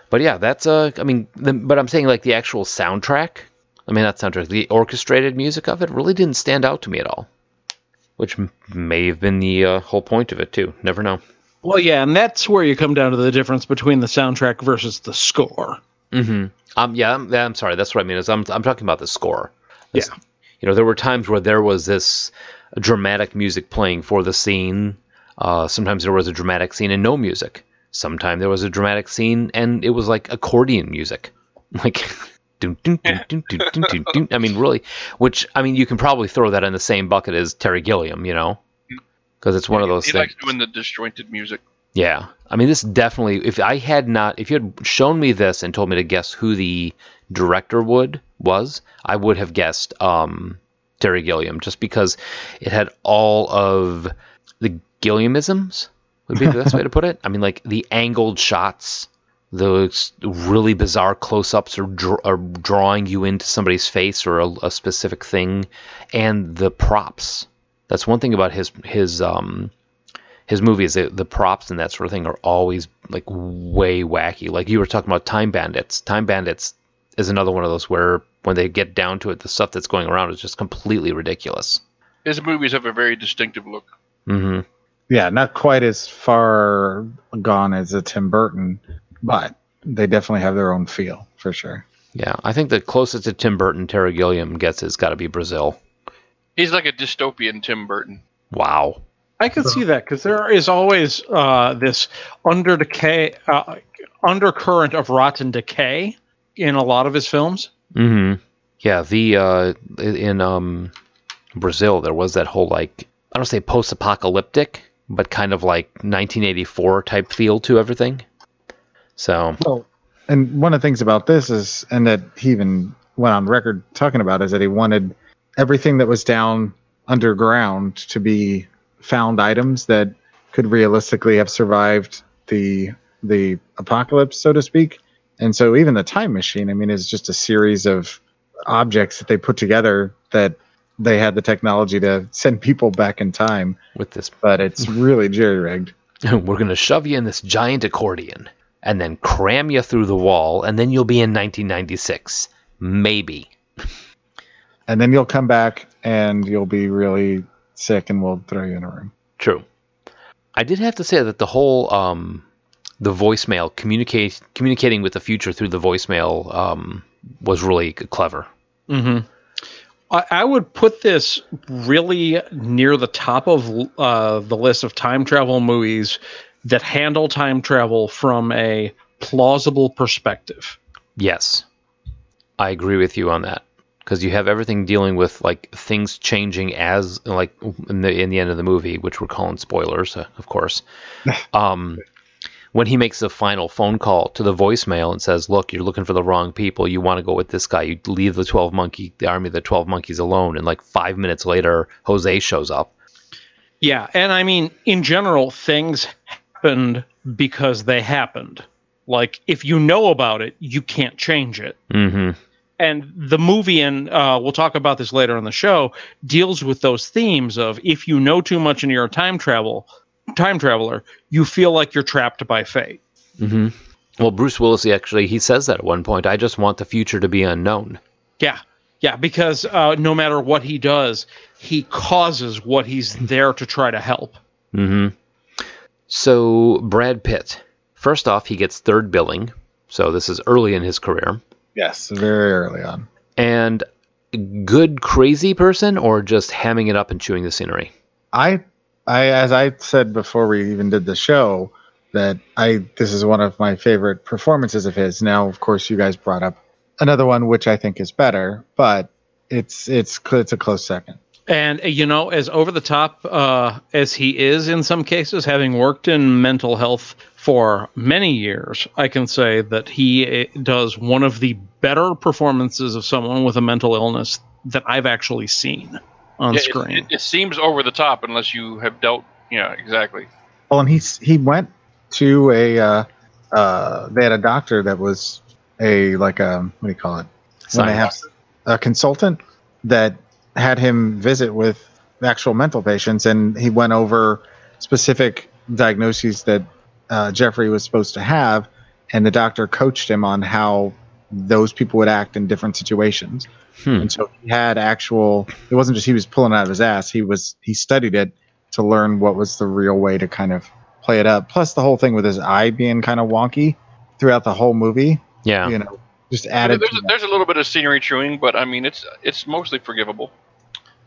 S4: but yeah that's uh i mean the, but i'm saying like the actual soundtrack i mean not soundtrack the orchestrated music of it really didn't stand out to me at all which m- may have been the uh, whole point of it too never know
S5: Well, yeah, and that's where you come down to the difference between the soundtrack versus the score.
S4: mm-hmm um yeah I'm, yeah, I'm sorry that's what i mean is i'm, I'm talking about the score
S5: Yeah.
S4: you know there were times where there was this dramatic music playing for the scene uh, sometimes there was a dramatic scene and no music sometimes there was a dramatic scene and it was like accordion music like dun, dun, dun, dun, dun, dun, dun, dun. i mean really which i mean you can probably throw that in the same bucket as terry gilliam you know because it's one of those
S7: he
S4: things
S7: likes doing the disjointed music.
S4: yeah. I mean, this definitely, if I had not, if you had shown me this and told me to guess who the director would, was, I would have guessed um, Terry Gilliam just because it had all of the Gilliamisms, would be the best way to put it. I mean, like the angled shots, those really bizarre close ups or, dr- or drawing you into somebody's face or a, a specific thing, and the props. That's one thing about his, his, um, his movies, the, the props and that sort of thing are always like way wacky. Like you were talking about Time Bandits. Time Bandits is another one of those where when they get down to it, the stuff that's going around is just completely ridiculous.
S7: His movies have a very distinctive look.
S4: hmm
S6: Yeah, not quite as far gone as a Tim Burton, but they definitely have their own feel for sure.
S4: Yeah, I think the closest to Tim Burton Terry Gilliam gets has got to be Brazil.
S7: He's like a dystopian Tim Burton.
S4: Wow.
S5: I could see that because there is always uh, this under decay, uh, undercurrent of rotten decay in a lot of his films.
S4: hmm Yeah, the uh, in um, Brazil there was that whole like I don't say post-apocalyptic, but kind of like 1984 type feel to everything. So
S6: Well, and one of the things about this is, and that he even went on record talking about, is that he wanted everything that was down underground to be found items that could realistically have survived the the apocalypse, so to speak. And so, even the time machine, I mean, is just a series of objects that they put together that they had the technology to send people back in time,
S4: with this
S6: but it's really jerry rigged.
S4: We're going to shove you in this giant accordion and then cram you through the wall, and then you'll be in 1996. Maybe.
S6: and then you'll come back and you'll be really sick and we'll throw you in a room.
S4: True. I did have to say that the whole um, the voicemail communicate communicating with the future through the voicemail um, was really c- clever.
S5: Mm-hmm. I, I would put this really near the top of uh, the list of time travel movies that handle time travel from a plausible perspective.
S4: Yes, I agree with you on that. 'Cause because you have everything dealing with like things changing as like in the in the end of the movie, which we're calling spoilers, uh, of course. um, when he makes the final phone call to the voicemail and says, "Look, you're looking for the wrong people. You want to go with this guy. You leave the twelve monkey, the army of the twelve monkeys alone." And like five minutes later, Jose shows up.
S5: Yeah, and I mean, in general, things happened because they happened. Like, if you know about it, you can't change it.
S4: Mm-hmm.
S5: And the movie, and uh, we'll talk about this later on the show, deals with those themes of if you know too much and you're a time travel time traveler, you feel like you're trapped by fate.
S4: Well, Bruce Willis he actually he says that at one point. I just want the future to be unknown.
S5: Yeah, yeah, because uh, no matter what he does, he causes what he's there to try to help.
S4: So Brad Pitt, first off, he gets third billing. So this is early in his career.
S6: Yes, very early on.
S4: And good crazy person or just hamming it up and chewing the scenery.
S6: I, I as I said before we even did the show, that I this is one of my favorite performances of his. Now, of course, you guys brought up another one which I think is better, but it's it's cl- it's a close second.
S5: And uh, you know, as over the top uh, as he is in some cases, having worked in mental health for many years, I can say that he uh, does one of the better performances of someone with a mental illness that I've actually seen on
S7: Yeah, it-
S5: screen.
S7: It, it seems over the top unless you have dealt. Yeah, exactly.
S6: Well, and he's he went to a uh, uh, they had a doctor that was a like a what do you call it? When they have a consultant that had him visit with actual mental patients, and he went over specific diagnoses that uh, Jeffrey was supposed to have, and the doctor coached him on how those people would act in different situations.
S4: Hmm.
S6: And so he had actual. It wasn't just he was pulling out of his ass. He was he studied it to learn what was the real way to kind of play it up. Plus the whole thing with his eye being kind of wonky throughout the whole movie.
S4: Yeah.
S6: You know, just
S7: There's,
S6: added. to
S7: a,
S6: that.
S7: there's a little bit of scenery chewing, but I mean, it's it's mostly forgivable.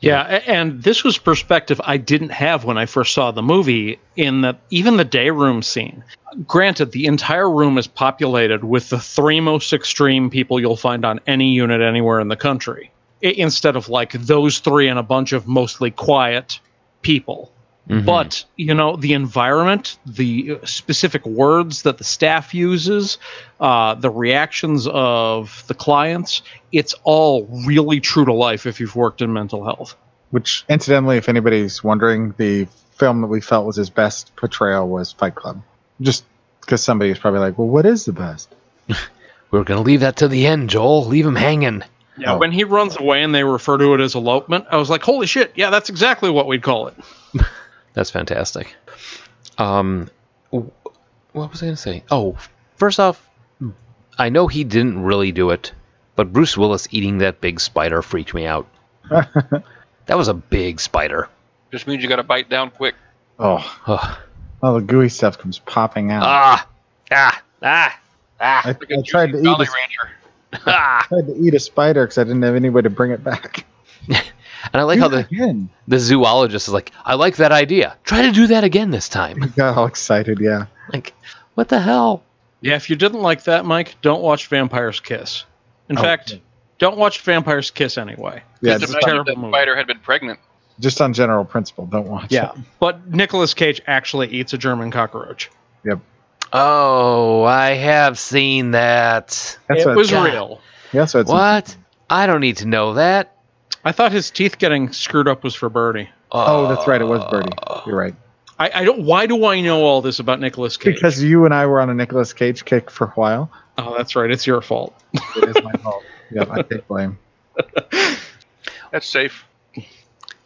S5: Yeah, a- and this was perspective I didn't have when I first saw the movie. In that, even the day room scene. Granted, the entire room is populated with the three most extreme people you'll find on any unit anywhere in the country, I- instead of like those three and a bunch of mostly quiet people. But you know, the environment, the uh, specific words that the staff uses, uh, the reactions of the clients, it's all really true to life if you've worked in mental health.
S6: Which, incidentally, if anybody's wondering, the film that we felt was his best portrayal was Fight Club. Just because somebody is probably like, well, what is the best?
S4: We're gonna leave that to the end, Joel. Leave him hanging.
S6: Oh.
S5: Yeah, when he runs away and they refer to it as elopement, I was like, holy shit, yeah, that's exactly what we'd call it.
S4: That's fantastic. Um, w- what was I going to say? Oh, first off, I know he didn't really do it, but Bruce Willis eating that big spider freaked me out. that was a big spider.
S7: Just means you got to bite down quick.
S6: Oh,
S4: Ugh.
S6: all the gooey stuff comes popping out.
S4: Ah, ah, ah, ah.
S6: I, I
S7: Like a
S6: tried, to
S7: Judy
S6: eat
S7: Valley
S6: a,
S7: Rancher.
S6: tried to eat a spider because I didn't have any way to bring it back.
S4: And I like how the,
S6: Again.
S4: the zoologist is like, I like that idea. Try to do that again this time.
S6: Got all excited, yeah.
S4: Like, what the hell?
S5: Yeah, if you didn't like that, Mike, don't watch Vampire's Kiss. In
S6: Oh.
S5: fact, don't watch Vampire's Kiss anyway.
S6: Yeah,
S7: Just
S6: just,
S7: imagine
S5: terrible
S7: if that
S5: movie.
S7: spider had been pregnant.
S6: just on general principle, don't watch
S5: Yeah.
S6: it.
S5: But Nicolas Cage actually eats a German cockroach.
S6: Yep.
S4: Oh, I have seen that.
S6: That's
S5: it
S6: what-
S5: was
S4: God.
S5: real.
S6: Yeah, so it's
S4: What? I don't need to know that.
S5: I thought his teeth getting screwed up was for Birdie.
S6: Oh, that's right. It was Birdie. You're right.
S5: I, I don't why do I know all this about Nicolas Cage?
S6: Because you and I were on a Nicolas Cage kick for a while.
S5: oh, that's right, it's your fault.
S6: It is my fault. Yep, I take blame.
S7: That's safe.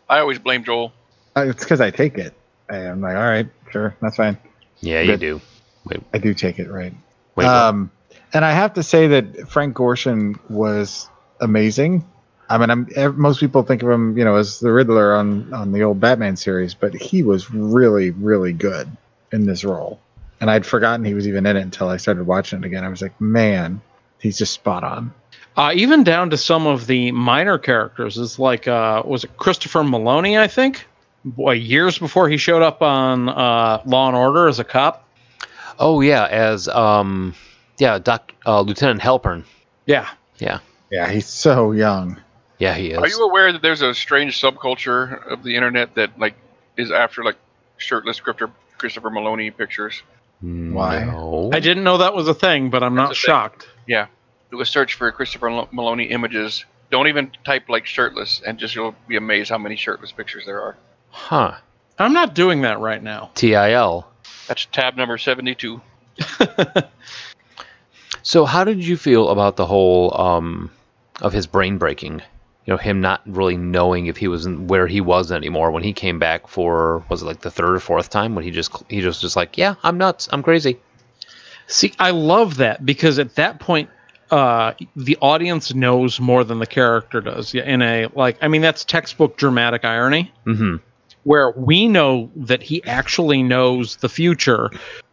S7: I always blame Joel.
S6: Uh, it's because I take it. I- I'm like, all right, sure, that's fine.
S4: Yeah, you
S6: Good.
S4: do. Wait,
S6: I do take it, right?
S4: wait.
S6: um, and I have to say that Frank Gorshin was amazing. I mean, I'm, ev- most people think of him, you know, as the Riddler on on the old Batman series, but he was really, really good in this role. And I'd forgotten he was even in it until I started watching it again. I was like, man, he's just spot on.
S5: Uh, even down to some of the minor characters. It's like, uh, was it Christopher Maloney, I think? Boy, years before he showed up on uh, Law and Order as a cop.
S4: oh yeah, as um, yeah, Doc uh, Lieutenant Halpern.
S5: Yeah.
S4: Yeah,
S6: Yeah, he's so young.
S4: Yeah, he is.
S7: Are you aware that there's a strange subculture of the internet that like is after like shirtless Christopher Christopher Maloney pictures?
S6: Why?
S4: No.
S5: I didn't know that was a thing, but I'm not
S7: That's a thing.
S5: shocked.
S7: Yeah. Do a search for Christopher Lo- Maloney images. Don't even type like shirtless, and just you'll be amazed how many shirtless pictures there are.
S4: Huh.
S5: I'm not doing that right now.
S4: TIL.
S7: That's tab number seventy-two.
S4: So, how did you feel about the whole um, of his brain breaking? You know, him not really knowing if he was in, where he was anymore when he came back for was it like the third or fourth time when he just he just just like yeah I'm nuts I'm crazy
S5: See, I love that because at that point, uh, the audience knows more than the character does. Yeah, In a like, I mean, that's textbook dramatic irony,
S4: mm-hmm.
S5: where we know that he actually knows the future,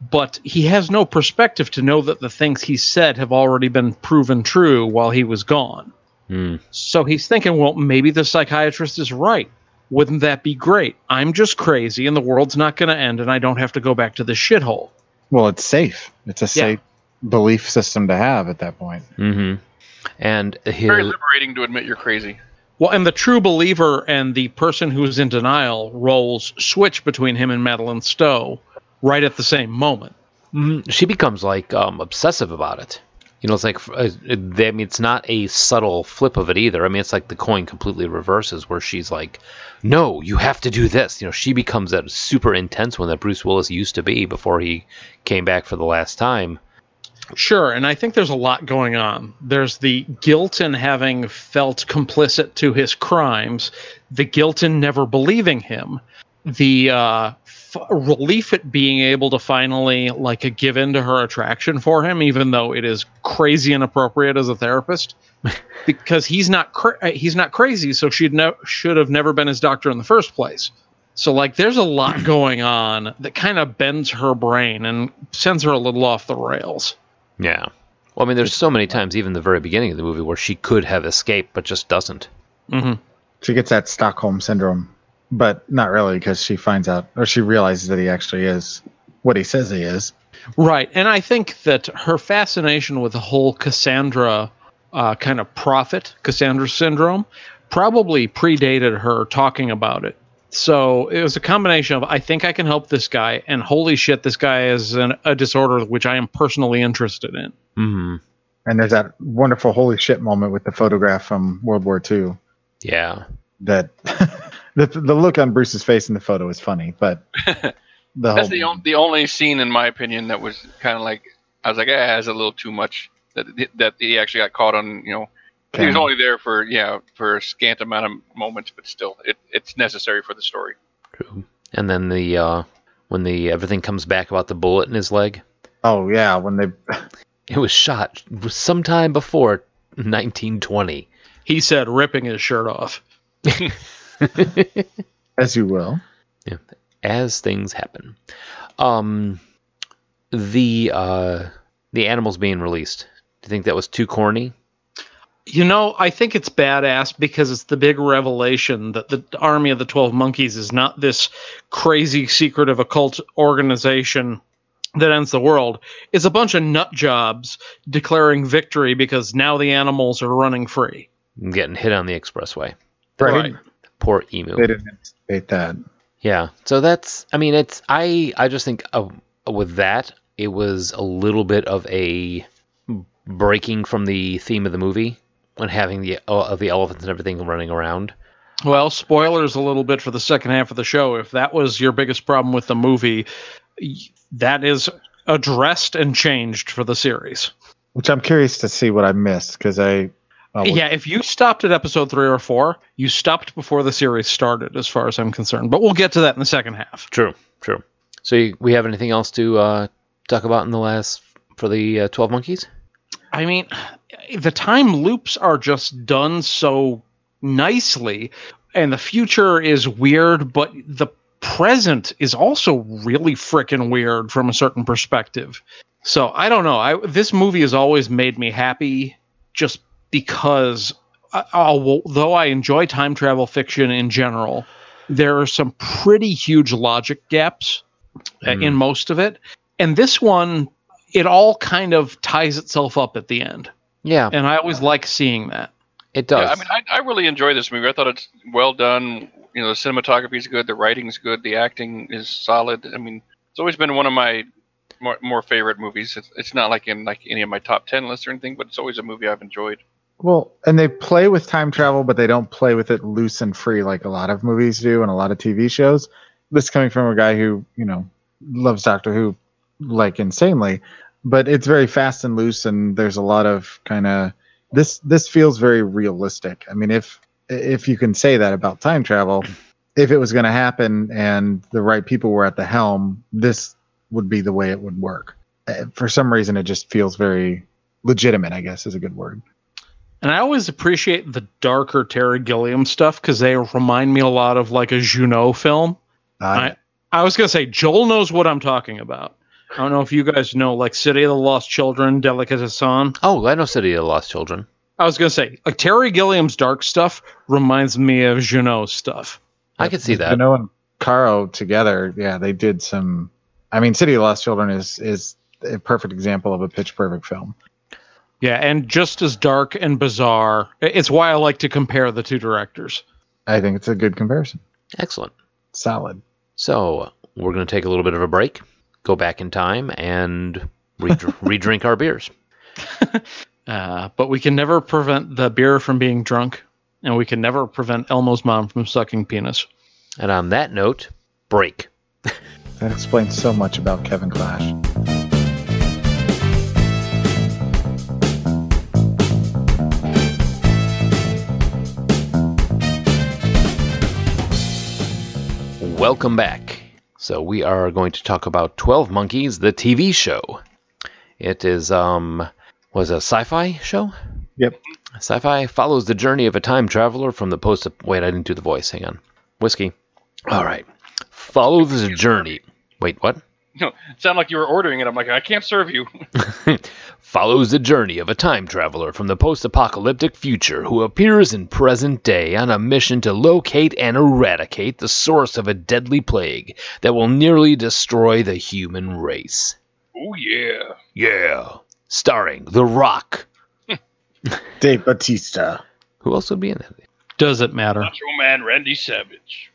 S5: but he has no perspective to know that the things he said have already been proven true while he was gone.
S4: Hmm.
S5: So he's thinking, well, maybe the psychiatrist is right. Wouldn't that be great? I'm just crazy, and the world's not going to end, and I don't have to go back to this shithole.
S6: Well, it's safe. It's a
S5: Yeah.
S6: safe belief system to have at that point.
S4: Mm-hmm. and his,
S7: Very liberating to admit you're crazy.
S5: Well, and the true believer and the person who's in denial roles switch between him and Madeline Stowe right at the same moment.
S4: Mhm. she becomes like um, obsessive about it. You know, it's like uh, they- I mean, it's not a subtle flip of it either. I mean, it's like the coin completely reverses, where she's like, "No, you have to do this." You know, she becomes that super intense one that Bruce Willis used to be before he came back for the last time.
S5: Sure, and I think there's a lot going on. There's the guilt in having felt complicit to his crimes, the guilt in never believing him, the uh, f- relief at being able to finally like give in to her attraction for him, even though it is crazy inappropriate as a therapist, because he's not cra- uh, he's not crazy, so she ne- should have never been his doctor in the first place. So like, there's a lot going on that kind of bends her brain and sends her a little off the rails.
S4: Yeah. Well, I mean, there's so many times, even the very beginning of the movie, where she could have escaped but just doesn't.
S6: She gets that Stockholm syndrome, but not really because she finds out or she realizes that he actually is what he says he is.
S5: Right. And I think that her fascination with the whole Cassandra uh, kind of prophet, Cassandra syndrome, probably predated her talking about it. So it was a combination of I think I can help this guy, and holy shit, this guy is an, a disorder which I am personally interested in.
S4: Mm-hmm.
S6: And there's that wonderful holy shit moment with the photograph from World War II
S4: Yeah.
S6: that the, the look on Bruce's face in the photo is funny, but the whole
S7: That's the, on, the only scene, in my opinion, that was kind of like I was like, ah, it's a little too much. That that he actually got caught on, you know. but He was
S6: Camera.
S7: only there for yeah for a scant amount of moments, but still, it, it's necessary for the story.
S4: True. And then the uh, when the everything comes back about the bullet in his leg.
S6: oh yeah when they
S4: It was shot sometime before 1920.
S5: He said, ripping his shirt off.
S6: as you will
S4: Yeah, as things happen. Um, the uh, the animals being released. Do you think that was too corny?
S5: You know, I think it's badass because it's the big revelation that the Army of the Twelve Monkeys is not this crazy, secretive, occult organization that ends the world. It's a bunch of nut jobs declaring victory because now the animals are running free.
S4: Getting hit on the expressway.
S6: right,
S4: Poor emu.
S6: they didn't anticipate that
S4: Yeah. So that's. I mean, it's. I. I just think uh, with that, it was a little bit of a breaking from the theme of the movie when having the uh, the elephants and everything running around.
S5: Well, spoilers a little bit for the second half of the show. If that was your biggest problem with the movie, y- that is addressed and changed for the series.
S6: which I'm curious to see what I missed because I oh,
S5: Yeah, if you stopped at episode three or four, you stopped before the series started, as far as I'm concerned. But we'll get to that in the second half.
S4: True, true. So you, we have anything else to uh, talk about in the last for the uh, Twelve Monkeys?
S5: I mean, the time loops are just done so nicely, and the future is weird, but the present is also really freaking weird from a certain perspective. So I don't know. I this movie has always made me happy, just because. Uh, although I enjoy time travel fiction in general, there are some pretty huge logic gaps uh, in most of it, and this one it all kind of ties itself up at the end.
S4: Yeah,
S5: And I always like seeing that.
S4: It does.
S7: Yeah, I mean, I, I really enjoy this movie. I thought it's well done. You know, the cinematography is good, the writing's good, the acting is solid. I mean, it's always been one of my more, more favorite movies. It's, it's not like in like any of my top ten lists or anything, but it's always a movie I've enjoyed.
S6: Well, and they play with time travel, but they don't play with it loose and free like a lot of movies do and a lot of TV shows. This coming from a guy who, you know, loves Doctor Who like insanely, but it's very fast and loose and there's a lot of kind of this this feels very realistic. I mean, if if you can say that about time travel, if it was going to happen and the right people were at the helm, this would be the way it would work. Uh, For some reason it just feels very legitimate, I guess is a good word.
S5: And I always appreciate the darker Terry Gilliam stuff because they remind me a lot of like a Juno film.
S6: Uh,
S5: I, I was going to say, Joel knows what I'm talking about. I don't know if you guys know, like City of the Lost Children, Delicatessen.
S4: oh, I know City of the Lost Children.
S5: I was going to say, like Terry Gilliam's dark stuff reminds me of Juno's stuff.
S4: I could see that.
S6: Gino and Caro together, yeah, they did some. I mean, City of Lost Children is is a perfect example of a pitch perfect film.
S5: Yeah, and just as dark and bizarre. I- It's why I like to compare the two directors.
S6: I think it's a good comparison.
S4: Excellent.
S6: Solid.
S4: So we're going to take a little bit of a break, go back in time, and re- redrink our beers.
S5: Uh, but we can never prevent the beer from being drunk, and we can never prevent Elmo's mom from sucking penis.
S4: And on that note, break.
S6: That explains so much about Kevin Clash.
S4: Welcome back. So we are going to talk about Twelve Monkeys, the TV show. It is um was a sci-fi show.
S6: Yep.
S4: Sci-fi follows the journey of a time traveler from the post. Wait, I didn't do the voice. Hang on. Whiskey. All right. Follows the journey. Wait, what?
S7: No, it sounded like you were ordering it. I'm like, I can't serve you.
S4: follows the journey of a time traveler from the post apocalyptic future who appears in present day on a mission to locate and eradicate the source of a deadly plague that will nearly destroy the human race.
S7: oh yeah.
S4: Yeah. Starring The Rock.
S6: Dave Batista.
S4: Who else would be in that?
S5: Does it matter?
S7: Macho Man Randy Savage.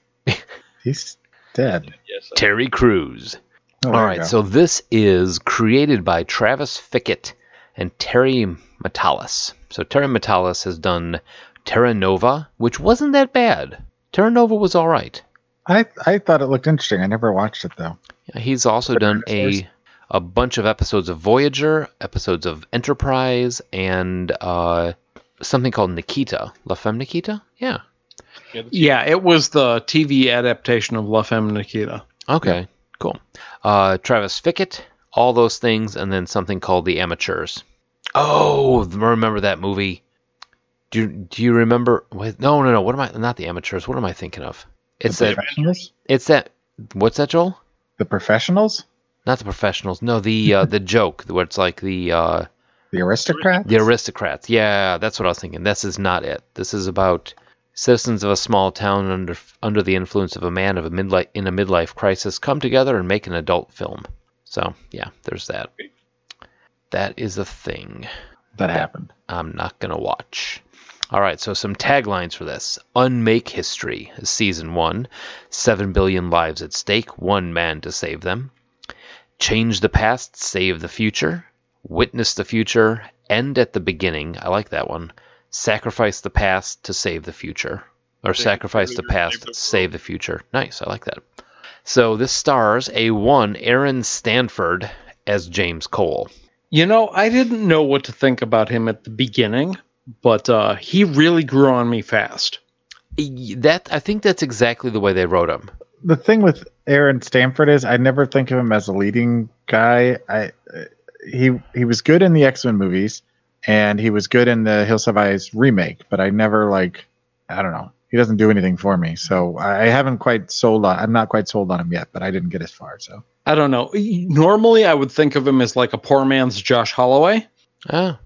S6: He's dead.
S7: Yes. I-
S4: Terry Crews.
S6: Oh, there
S4: All
S6: you
S4: right,
S6: go.
S4: so this is created by Travis Fickett and Terry Metalis. So Terry Metalis has done Terra Nova, which wasn't that bad. Terra Nova was all right.
S6: I I thought it looked interesting. I never watched it though.
S4: He's also done
S6: Dinosaurs.
S4: a a bunch of episodes of Voyager, episodes of Enterprise, and uh, something called Nikita. La Femme Nikita? Yeah.
S5: Yeah, it was the TV adaptation of La Femme Nikita.
S4: Okay, cool. Uh, Travis Fickett, all those things, and then something called The Amateurs. Oh, remember that movie? Do you, do you remember? Wait, no, no, no. What am I? Not The Amateurs. What am I thinking of? It's
S6: the
S4: that.
S6: professionals.
S4: It's that. What's that, Joel?
S6: The professionals.
S4: Not the professionals. No, the uh, the joke where it's like the uh,
S6: The aristocrats.
S4: the aristocrats. Yeah, that's what I was thinking. This is not it. This is about citizens of a small town under under the influence of a man of a midlife in a midlife crisis come together and make an adult film. So yeah, there's that. That is a thing
S6: that happened.
S4: I'm not gonna watch. All right, so some taglines for this: Unmake history, is season one. Seven billion lives at stake, one man to save them. Change the past, save the future. Witness the future, end at the beginning. I like that one. Sacrifice the past to save the future, or sacrifice the past, save the future. Nice, I like that. So this stars a one Aaron Stanford as James Cole.
S5: You know, I didn't know what to think about him at the beginning, but uh, he really grew on me fast.
S4: Y- That I think that's exactly the way they wrote him.
S6: The thing with Aaron Stanford is I never think of him as a leading guy. I uh, he he was good in the X Men movies, and he was good in the Hills Have Eyes remake. But I never like I don't know. He doesn't do anything for me, so I I haven't quite sold on. I'm not quite sold on him yet, but I didn't get as far. So
S5: I don't know. Normally, I would think of him as like a poor man's Josh Holloway.
S4: Ah,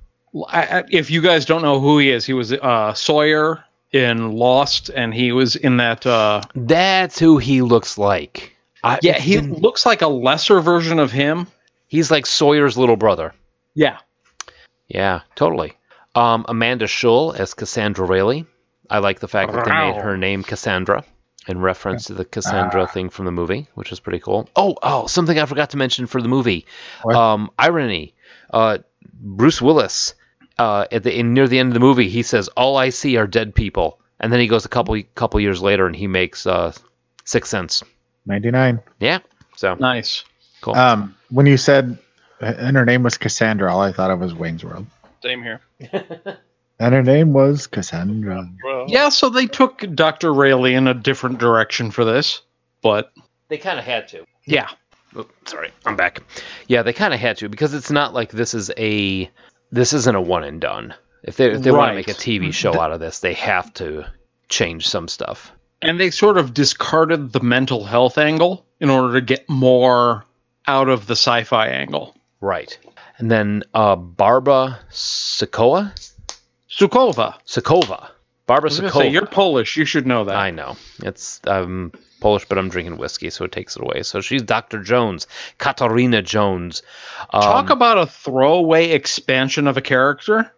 S5: I, I- if you guys don't know who he is, he was uh, Sawyer in Lost, and he was in that. Uh,
S4: that's who he looks like. I,
S5: yeah,
S4: it's
S5: he
S4: been-
S5: looks like a lesser version of him.
S4: he's like Sawyer's little brother.
S5: Yeah.
S4: Yeah, totally. Um, Amanda Schull as Cassandra Rayleigh. I like the fact that they made
S5: Wow.
S4: her name Cassandra in reference to the Cassandra thing from the movie, which is pretty cool. Oh, oh, something I forgot to mention for the movie.
S6: What?
S4: Um, irony. Uh, Bruce Willis uh, at the in, near the end of the movie, he says, "All I see are dead people," and then he goes a couple couple years later and he makes uh, Sixth Sense.
S6: 99.
S4: Yeah. So
S5: Nice.
S4: cool.
S6: Um, when you said and her name was Cassandra, all I thought of was Wayne's World.
S7: Same here.
S6: And her name was Cassandra.
S5: Yeah, so they took Dr. Rayleigh in a different direction for this, but
S4: they kind of had to.
S5: yeah.
S4: Oh, sorry, I'm back. Yeah, they kind of had to because it's not like this is a this isn't a one and done. If they if they want to
S5: Right. Mm,
S4: make a TV show out of this, they have to change some stuff.
S5: And they sort of discarded the mental health angle in order to get more out of the sci fi angle.
S4: Right. And then uh, Barbara Sokoa,
S5: Sukova.
S4: Sokova, Barbara
S5: I was gonna say,
S4: Sokova.
S5: you're Polish. You should know that.
S4: I know it's I'm Polish, but I'm drinking whiskey, so it takes it away. So she's Doctor Jones, Katarina Jones. Um,
S5: Talk about a throwaway expansion of a character.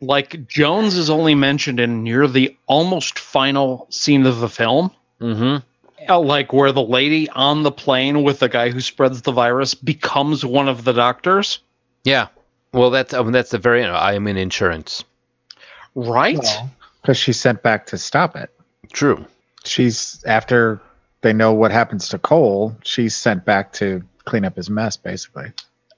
S5: Like Jones is only mentioned in near the almost final scene of the film,
S4: hmm
S5: uh, like where the lady on the plane with the guy who spreads the virus becomes one of the doctors,
S4: Yeah. Well, that's I mean, that's the very end. I am in insurance.
S5: right?
S6: Because she's sent back to stop it.
S4: True.
S6: She's after they know what happens to Cole, she's sent back to clean up his mess, basically.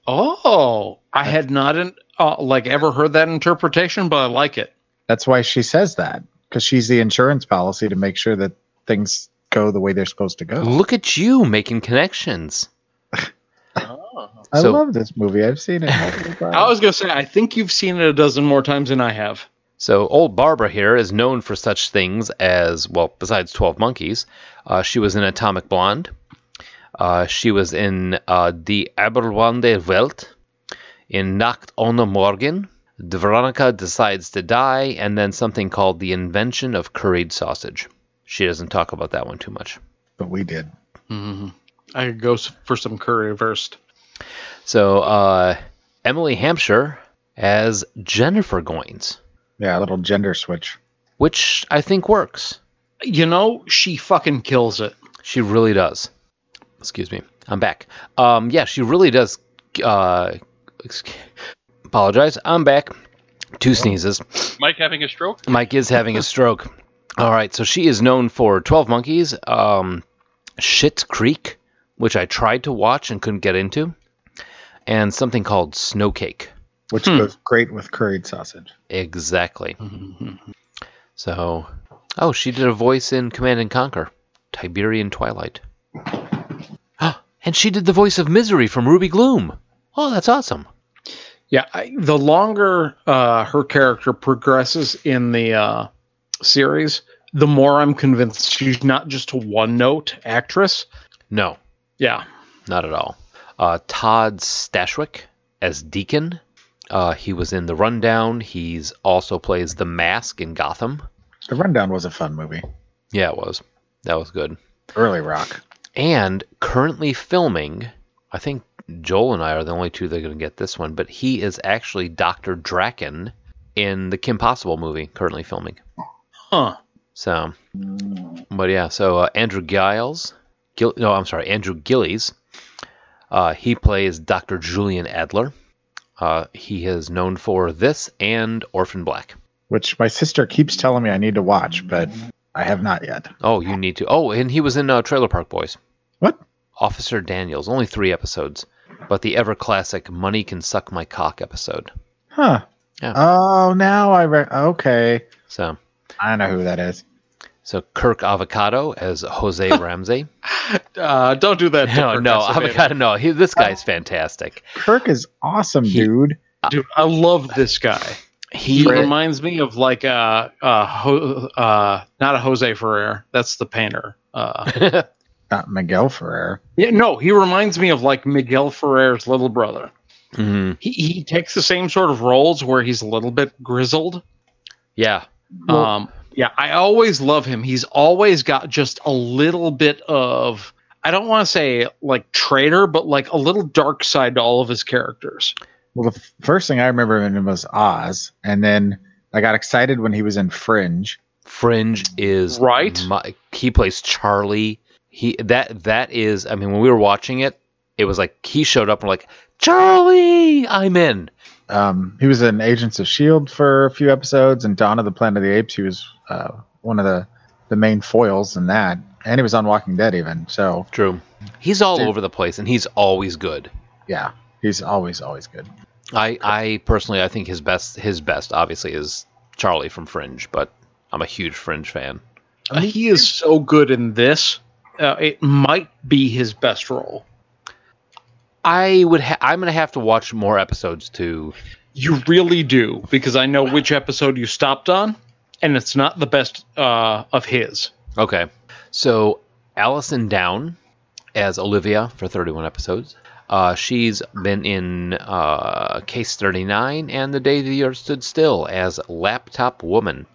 S5: Oh, I had not in, uh, like ever heard that interpretation, but I like it.
S6: That's why she says that. Because she's the insurance policy to make sure that things go the way they're supposed to go.
S4: Look at you making connections.
S6: I
S4: So- Oh.
S6: love this movie. I've seen it. multiple times.
S5: I was gonna say, I think you've seen it a dozen more times than I have.
S4: So, old Barbara here is known for such things as, well, besides 12 Monkeys, uh, she was in Atomic Blonde. Uh, she was in uh, Die Aberwande Welt, in Nacht ohne Morgen, De Veronica Decides to Die, and then something called The Invention of Curried Sausage. She doesn't talk about that one too much.
S6: but we did.
S5: I could go s- for some curry first.
S4: So, uh, Emily Hampshire as Jennifer Goins,
S6: Yeah, a little gender switch.
S4: which I think works.
S5: You know, she fucking kills it.
S4: She really does. Excuse me. I'm back. Um, yeah, she really does. Uh, excuse, apologize. I'm back. Two sneezes.
S7: Mike having a stroke?
S4: Mike is having a stroke. All right, so she is known for 12 Monkeys, um, Shit Creek, which I tried to watch and couldn't get into, and something called Snowcake.
S6: which
S4: Hmm.
S6: goes great with curried sausage.
S4: Exactly. So, oh, she did a voice in Command and Conquer, Tiberian Twilight. and she did the voice of Misery from Ruby Gloom. Oh, that's awesome.
S5: Yeah, I, the longer uh, her character progresses in the uh, series, the more I'm convinced she's not just a one note actress.
S4: No,
S5: Yeah.
S4: not at all. Uh, Todd Stashwick as Deacon. Uh, he was in The Rundown. He's also plays the Mask in Gotham.
S6: The Rundown was a fun movie.
S4: Yeah, it was. That was good.
S6: Early rock.
S4: and currently filming. I think Joel and I are the only two that are going to get this one, but he is actually Dr. Draken in the Kim Possible movie currently filming.
S5: Huh.
S4: So, but yeah, so uh, Andrew Giles, Gil- no, I'm sorry, Andrew Gillies, uh, he plays Dr. Julian Adler. Uh, he is known for this and Orphan Black.
S6: Which my sister keeps telling me I need to watch, but I have not yet.
S4: Oh, you need to. Oh, and he was in uh, Trailer Park Boys.
S6: What?
S4: Officer Daniels, only three episodes, but the ever classic "Money Can Suck My Cock" episode.
S6: Huh.
S4: Yeah.
S6: Oh, now I re- okay.
S4: So,
S6: I know who that is.
S4: so Kirk Avocado as Jose Ramsey.
S5: Uh, don't do that. to
S4: No,
S5: her,
S4: no,
S5: Castlevania.
S4: Avocado. No, he, this guy's fantastic.
S6: Kirk is awesome, dude.
S5: Dude, I love this guy.
S4: He,
S5: He reminds me of like uh, uh, Ho- uh, not a Jose Ferrer. That's the painter. Uh,
S6: Not Miguel Ferrer.
S5: yeah, no, he reminds me of like Miguel Ferrer's little brother.
S4: Mhm.
S5: He, he takes the same sort of roles where he's a little bit grizzled,
S4: yeah,
S5: um, yeah, I always love him. He's always got just a little bit of I don't want to say like traitor, but like a little dark side to all of his characters.
S6: Well, the f- first thing I remember him in was Oz, and then I got excited when he was in Fringe.
S4: Fringe is
S5: Right.
S4: My, he plays Charlie. He that that is. I mean, when we were watching it, it was like he showed up and we're like Charlie, I'm in.
S6: Um, he was in Agents of Shield E for a few episodes, and Dawn of the Planet of the Apes. He was uh, one of the the main foils in that, and he was on Walking Dead even. So
S4: True. He's all
S6: Dude.
S4: over the place, and he's always good.
S6: yeah, he's always always good.
S4: I I personally I think his best his best obviously is Charlie from Fringe, but I'm a huge Fringe fan.
S5: Uh, he is so good in this. Uh, it might be his best role.
S4: I would ha- I'm gonna have to watch more episodes to
S5: You really do, because I know which episode you stopped on, and it's not the best uh, of his.
S4: Okay. So Allison Down as Olivia for 31 episodes. Uh, she's been in uh, Case 39 and The Day the Earth Stood Still as Laptop Woman.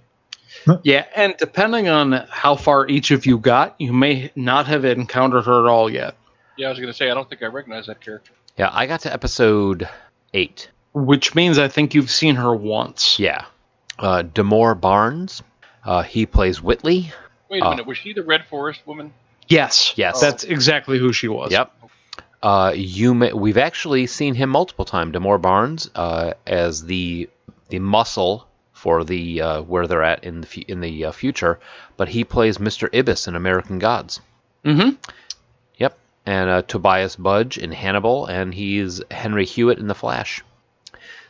S5: Yeah, and depending on how far each of you got, you may not have encountered her at all yet.
S7: Yeah, I was gonna say I don't think I recognize that character.
S4: Yeah, I got to episode 8.
S5: Which means I think you've seen her once.
S4: Yeah. Uh, Damore Barnes. Uh, he plays Whitley.
S7: Wait a
S4: Oh.
S7: minute, was she the Red Forest woman?
S5: Yes.
S4: Yes.
S5: That's exactly who she was.
S4: Yep. Uh, you may, we've actually seen him multiple times. Demore Barnes uh, as the the muscle for the uh, where they're at in the fu- in the uh, future, but he plays Mr. Ibis in American Gods.
S5: Mhm.
S4: Yep. And uh, Tobias Budge in Hannibal, and he's Henry Hewitt in The Flash.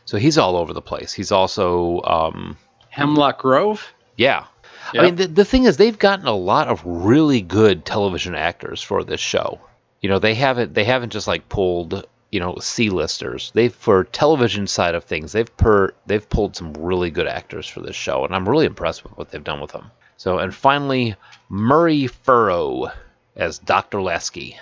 S4: So he's all over the place. He's also um,
S5: Hemlock Grove.
S4: yeah. I
S7: Yep.
S4: mean, the, the thing is, they've gotten a lot of really good television actors for this show. You know, they haven't they haven't just like pulled you know C-listers. They've for television side of things, they've per they've pulled some really good actors for this show, and I'm really impressed with what they've done with them. So, and finally, Murray Furrow as Dr. Lasky,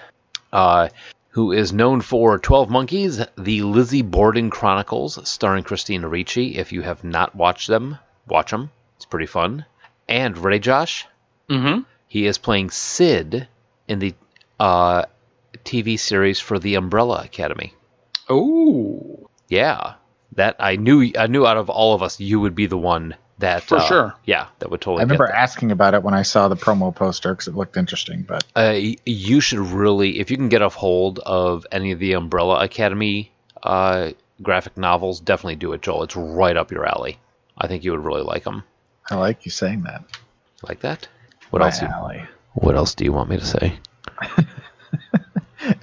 S4: uh, who is known for 12 Monkeys, the Lizzie Borden Chronicles, starring Christina Ricci. If you have not watched them, watch them. It's pretty fun. And Ray Josh,
S5: Mm-hmm.
S4: he is playing Sid in the uh, TV series for the Umbrella Academy.
S5: Oh.
S4: Yeah, that I knew. I knew out of all of us, you would be the one that
S5: For
S4: uh,
S5: sure.
S4: Yeah, that would totally.
S6: I remember
S4: get that.
S6: asking about it when I saw the promo poster because it looked interesting. But
S4: uh, y- you should really, if you can get a hold of any of the Umbrella Academy uh, graphic novels, definitely do it, Joel. It's right up your alley. I think you would really like them.
S6: I like you saying that.
S4: Like that. What
S6: My
S4: else? You,
S6: alley.
S4: what else do you want me to say?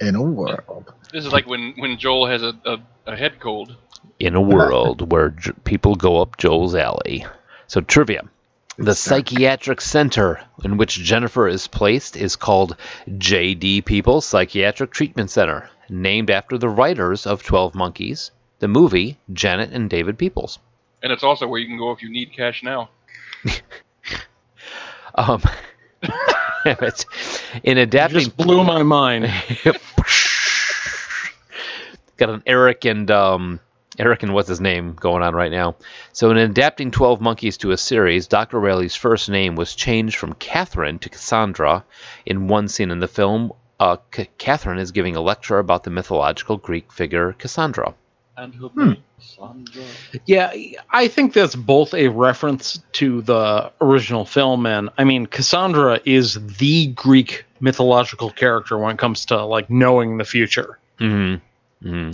S6: In a world.
S7: This is like when, when Joel has a, a, a head cold.
S4: in a world where j- people go up Joel's alley. So, trivia. The psychiatric center in which Jennifer is placed is called J.D. People Psychiatric Treatment Center, named after the writers of 12 Monkeys, the movie Janet and David Peoples.
S7: And it's also where you can go if you need cash now.
S4: Um, damn it. in adapting.
S5: Just blew my mind.
S4: got an Eric and um, Eric and what's his name going on right now. So in adapting Twelve Monkeys to a series, Dr. Rayleigh's first name was changed from Catherine to Cassandra. In one scene in the film, uh, C- Catherine is giving a lecture about the mythological Greek figure Cassandra.
S7: And he'll Sandra.
S5: Yeah, I think that's both a reference to the original film, and I mean, Cassandra is the Greek mythological character when it comes to like knowing the future.
S4: hmm hmm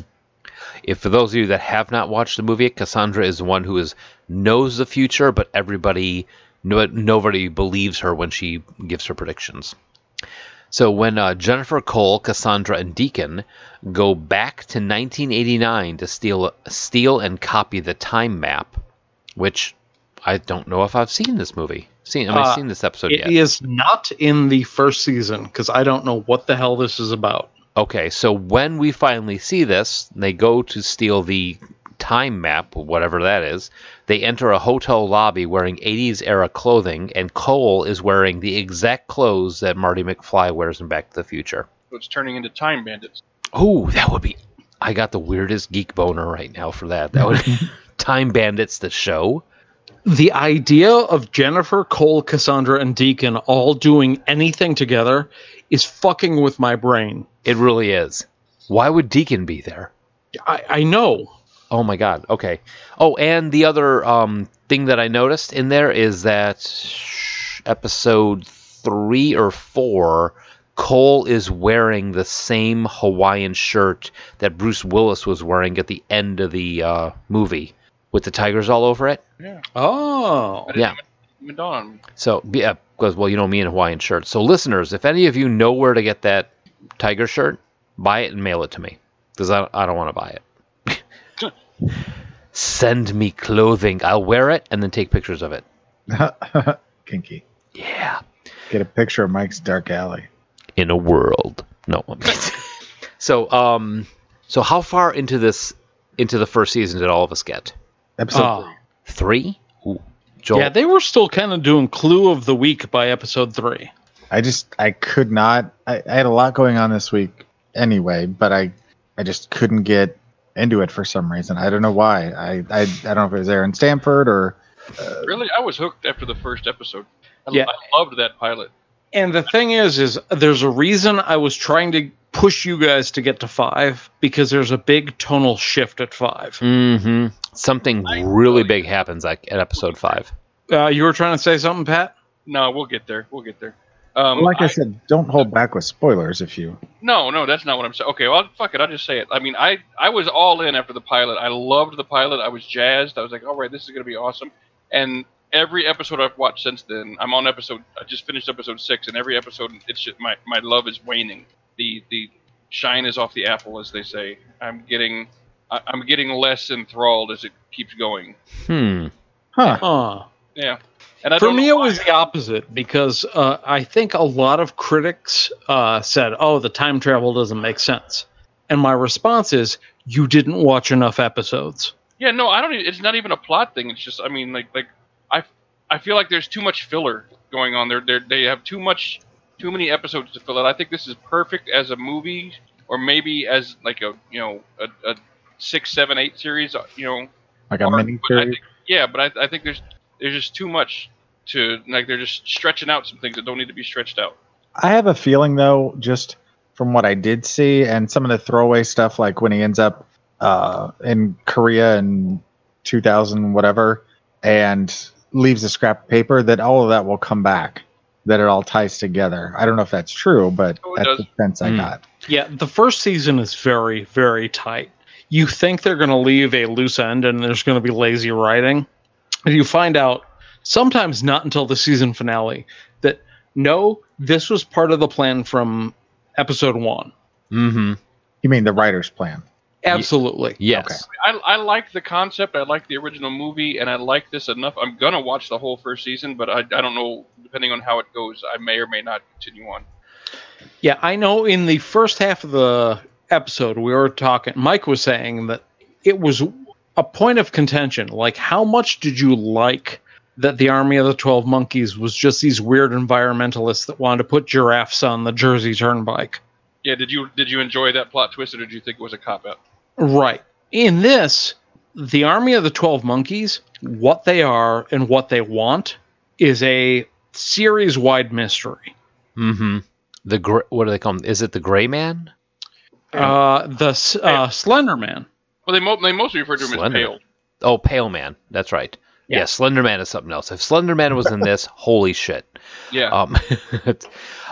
S4: If for those of you that have not watched the movie, Cassandra is the one who is knows the future, but everybody, no, nobody believes her when she gives her predictions. So when uh, Jennifer Cole, Cassandra, and Deacon go back to 1989 to steal, steal and copy the time map, which I don't know if I've seen this movie. Seen, have I
S5: Uh,
S4: seen this episode
S5: It is
S4: yet?
S5: not in the first season because I don't know what the hell this is about.
S4: Okay, so when we finally see this, they go to steal the time map, whatever that is. They enter a hotel lobby wearing 80s era clothing, and Cole is wearing the exact clothes that Marty McFly wears in Back to the Future.
S7: So it's turning into time bandits.
S4: Oh, that would be. I got the weirdest geek boner right now for that. That would. time Bandits, the show.
S5: The idea of Jennifer, Cole, Cassandra, and Deacon all doing anything together is fucking with my brain.
S4: It really is. Why would Deacon be there?
S5: I, I know.
S4: Oh my god. Okay. Oh, and the other um, thing that I noticed in there is that sh- episode three or four, Cole is wearing the same Hawaiian shirt that Bruce Willis was wearing at the end of the uh, movie with the tigers all over it.
S5: Oh.
S4: Yeah.
S7: Even dawn on me.
S4: So yeah, because well, you know me and Hawaiian shirts. So listeners, if any of you know where to get that tiger shirt, buy it and mail it to me because I, I don't want to buy it. Send me clothing. I'll wear it and then take pictures of it.
S6: Kinky.
S4: Yeah.
S6: Get a picture of Mike's dark alley.
S4: In a world. No. I'm kidding. so um, so how far into this into the first season did all of us get?
S6: Episode
S5: Ah.
S6: three.
S4: Three. Ooh. Joel.
S5: Yeah, they were still kind of doing Clue of the Week by episode three.
S6: I just I could not. I, I had a lot going on this week anyway, but I I just couldn't get into it for some reason. I don't know why. I I, I don't know if it was Aaron Stanford or
S7: Really, I was hooked after the first episode. I,
S5: Yeah.
S7: I loved that pilot.
S5: And the thing is, is there's a reason I was trying to push you guys to get to five because there's a big tonal shift at five.
S4: hmm Something really big happens like at episode five.
S5: Uh, you were trying to say something, Pat?
S7: No, we'll get there. We'll get there. Um,
S6: like I, said, don't hold back with spoilers if you.
S7: No, no, that's not what I'm saying. Okay, well, fuck it. I'll just say it. I mean, I, I was all in after the pilot. I loved the pilot. I was jazzed. I was like, all right, this is going to be awesome. And every episode I've watched since then, I'm on episode, I just finished episode six, and every episode, it's just, my, my love is waning. The, the shine is off the apple, as they say. I'm getting, I, I'm getting less enthralled as it keeps going.
S4: Hmm.
S6: Huh.
S5: Huh.
S7: Yeah. And I
S5: For
S7: don't
S5: me,
S7: know
S5: it
S7: why.
S5: was the opposite because uh, I think a lot of critics uh, said, "Oh, the time travel doesn't make sense," and my response is, "You didn't watch enough episodes."
S7: Yeah, no, I don't. e- It's not even a plot thing. It's just, I mean, like, like I, I feel like there's too much filler going on. There, they they have too much, too many episodes to fill out. I think this is perfect as a movie, or maybe as like a, you know, a, a six, seven, eight series. uh, You know,
S6: Like a
S7: arc,
S6: mini
S7: but I
S6: series.
S7: think, yeah, but I, I think there's, there's just too much to like. They're just stretching out some things that don't need to be stretched out.
S6: I have a feeling though, just from what I did see and some of the throwaway stuff, like when he ends up uh, in Korea in 2000 whatever, and leaves a scrap of paper, that all of that will come back. That it all ties together. I don't know if that's true, but
S7: Oh, it
S6: that's
S7: does.
S6: the sense I
S4: Hmm.
S6: got.
S5: Yeah, the first season is very, very tight. You think they're going to leave a loose end and there's going to be lazy writing. And you find out, sometimes not until the season finale, that no, this was part of the plan from episode one.
S4: Mm-hmm.
S6: You mean the writer's plan?
S5: Absolutely.
S4: Yes.
S7: I, I like the concept. I like the original movie, and I like this enough. I'm gonna watch the whole first season, but I, I don't know. Depending on how it goes, I may or may not continue on.
S5: Yeah, I know in the first half of the episode, we were talking, Mike was saying that it was a point of contention. Like, how much did you like that the Army of the 12 Monkeys was just these weird environmentalists that wanted to put giraffes on the Jersey Turnpike?
S7: Yeah, did you did you enjoy that plot twist, or did you think it was a cop out?
S5: Right. In this, the Army of the 12 Monkeys, what they are and what they want is a series wide mystery.
S4: Mm-hmm. The gr- what do they call him? Is it the Gray Man?
S5: Uh, the S- uh, Slender Man.
S7: Well, they mo- they mostly refer to him
S4: Slender.
S7: as pale.
S4: Oh, Pale Man. That's right. Yeah. Slender Man is something else. If Slender Man was in this, holy shit.
S7: Yeah,
S5: Oh.
S4: Um, it's-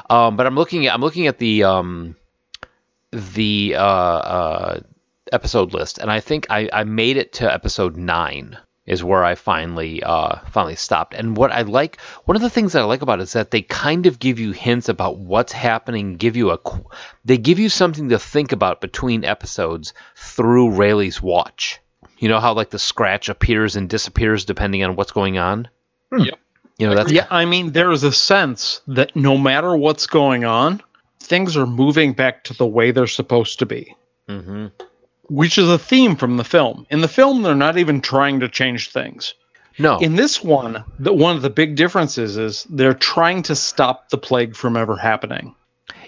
S4: um, but I'm looking at I'm looking at the um, the uh, uh, episode list, and I think I, I made it to episode nine is where I finally uh, finally stopped. And what I like, one of the things that I like about it is that they kind of give you hints about what's happening, give you a qu- they give you something to think about between episodes through Rayleigh's watch. You know how like the scratch appears and disappears depending on what's going on.
S7: Yep.
S4: You know that's
S5: Yeah, I mean, there is a sense that no matter what's going on, things are moving back to the way they're supposed to be,
S4: hmm
S5: which is a theme from the film. In the film, they're not even trying to change things.
S4: no.
S5: In this one, the, one of the big differences is they're trying to stop the plague from ever happening.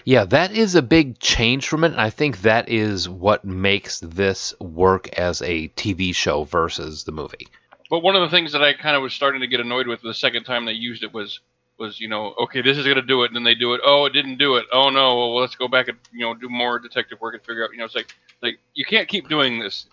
S4: Yeah, that is a big change from it, and I think that is what makes this work as a TV show versus the movie.
S7: but one of the things that I kind of was starting to get annoyed with the second time they used it was was you know okay this is gonna do it and then they do it oh it didn't do it oh no well let's go back and you know do more detective work and figure out you know it's like like you can't keep doing this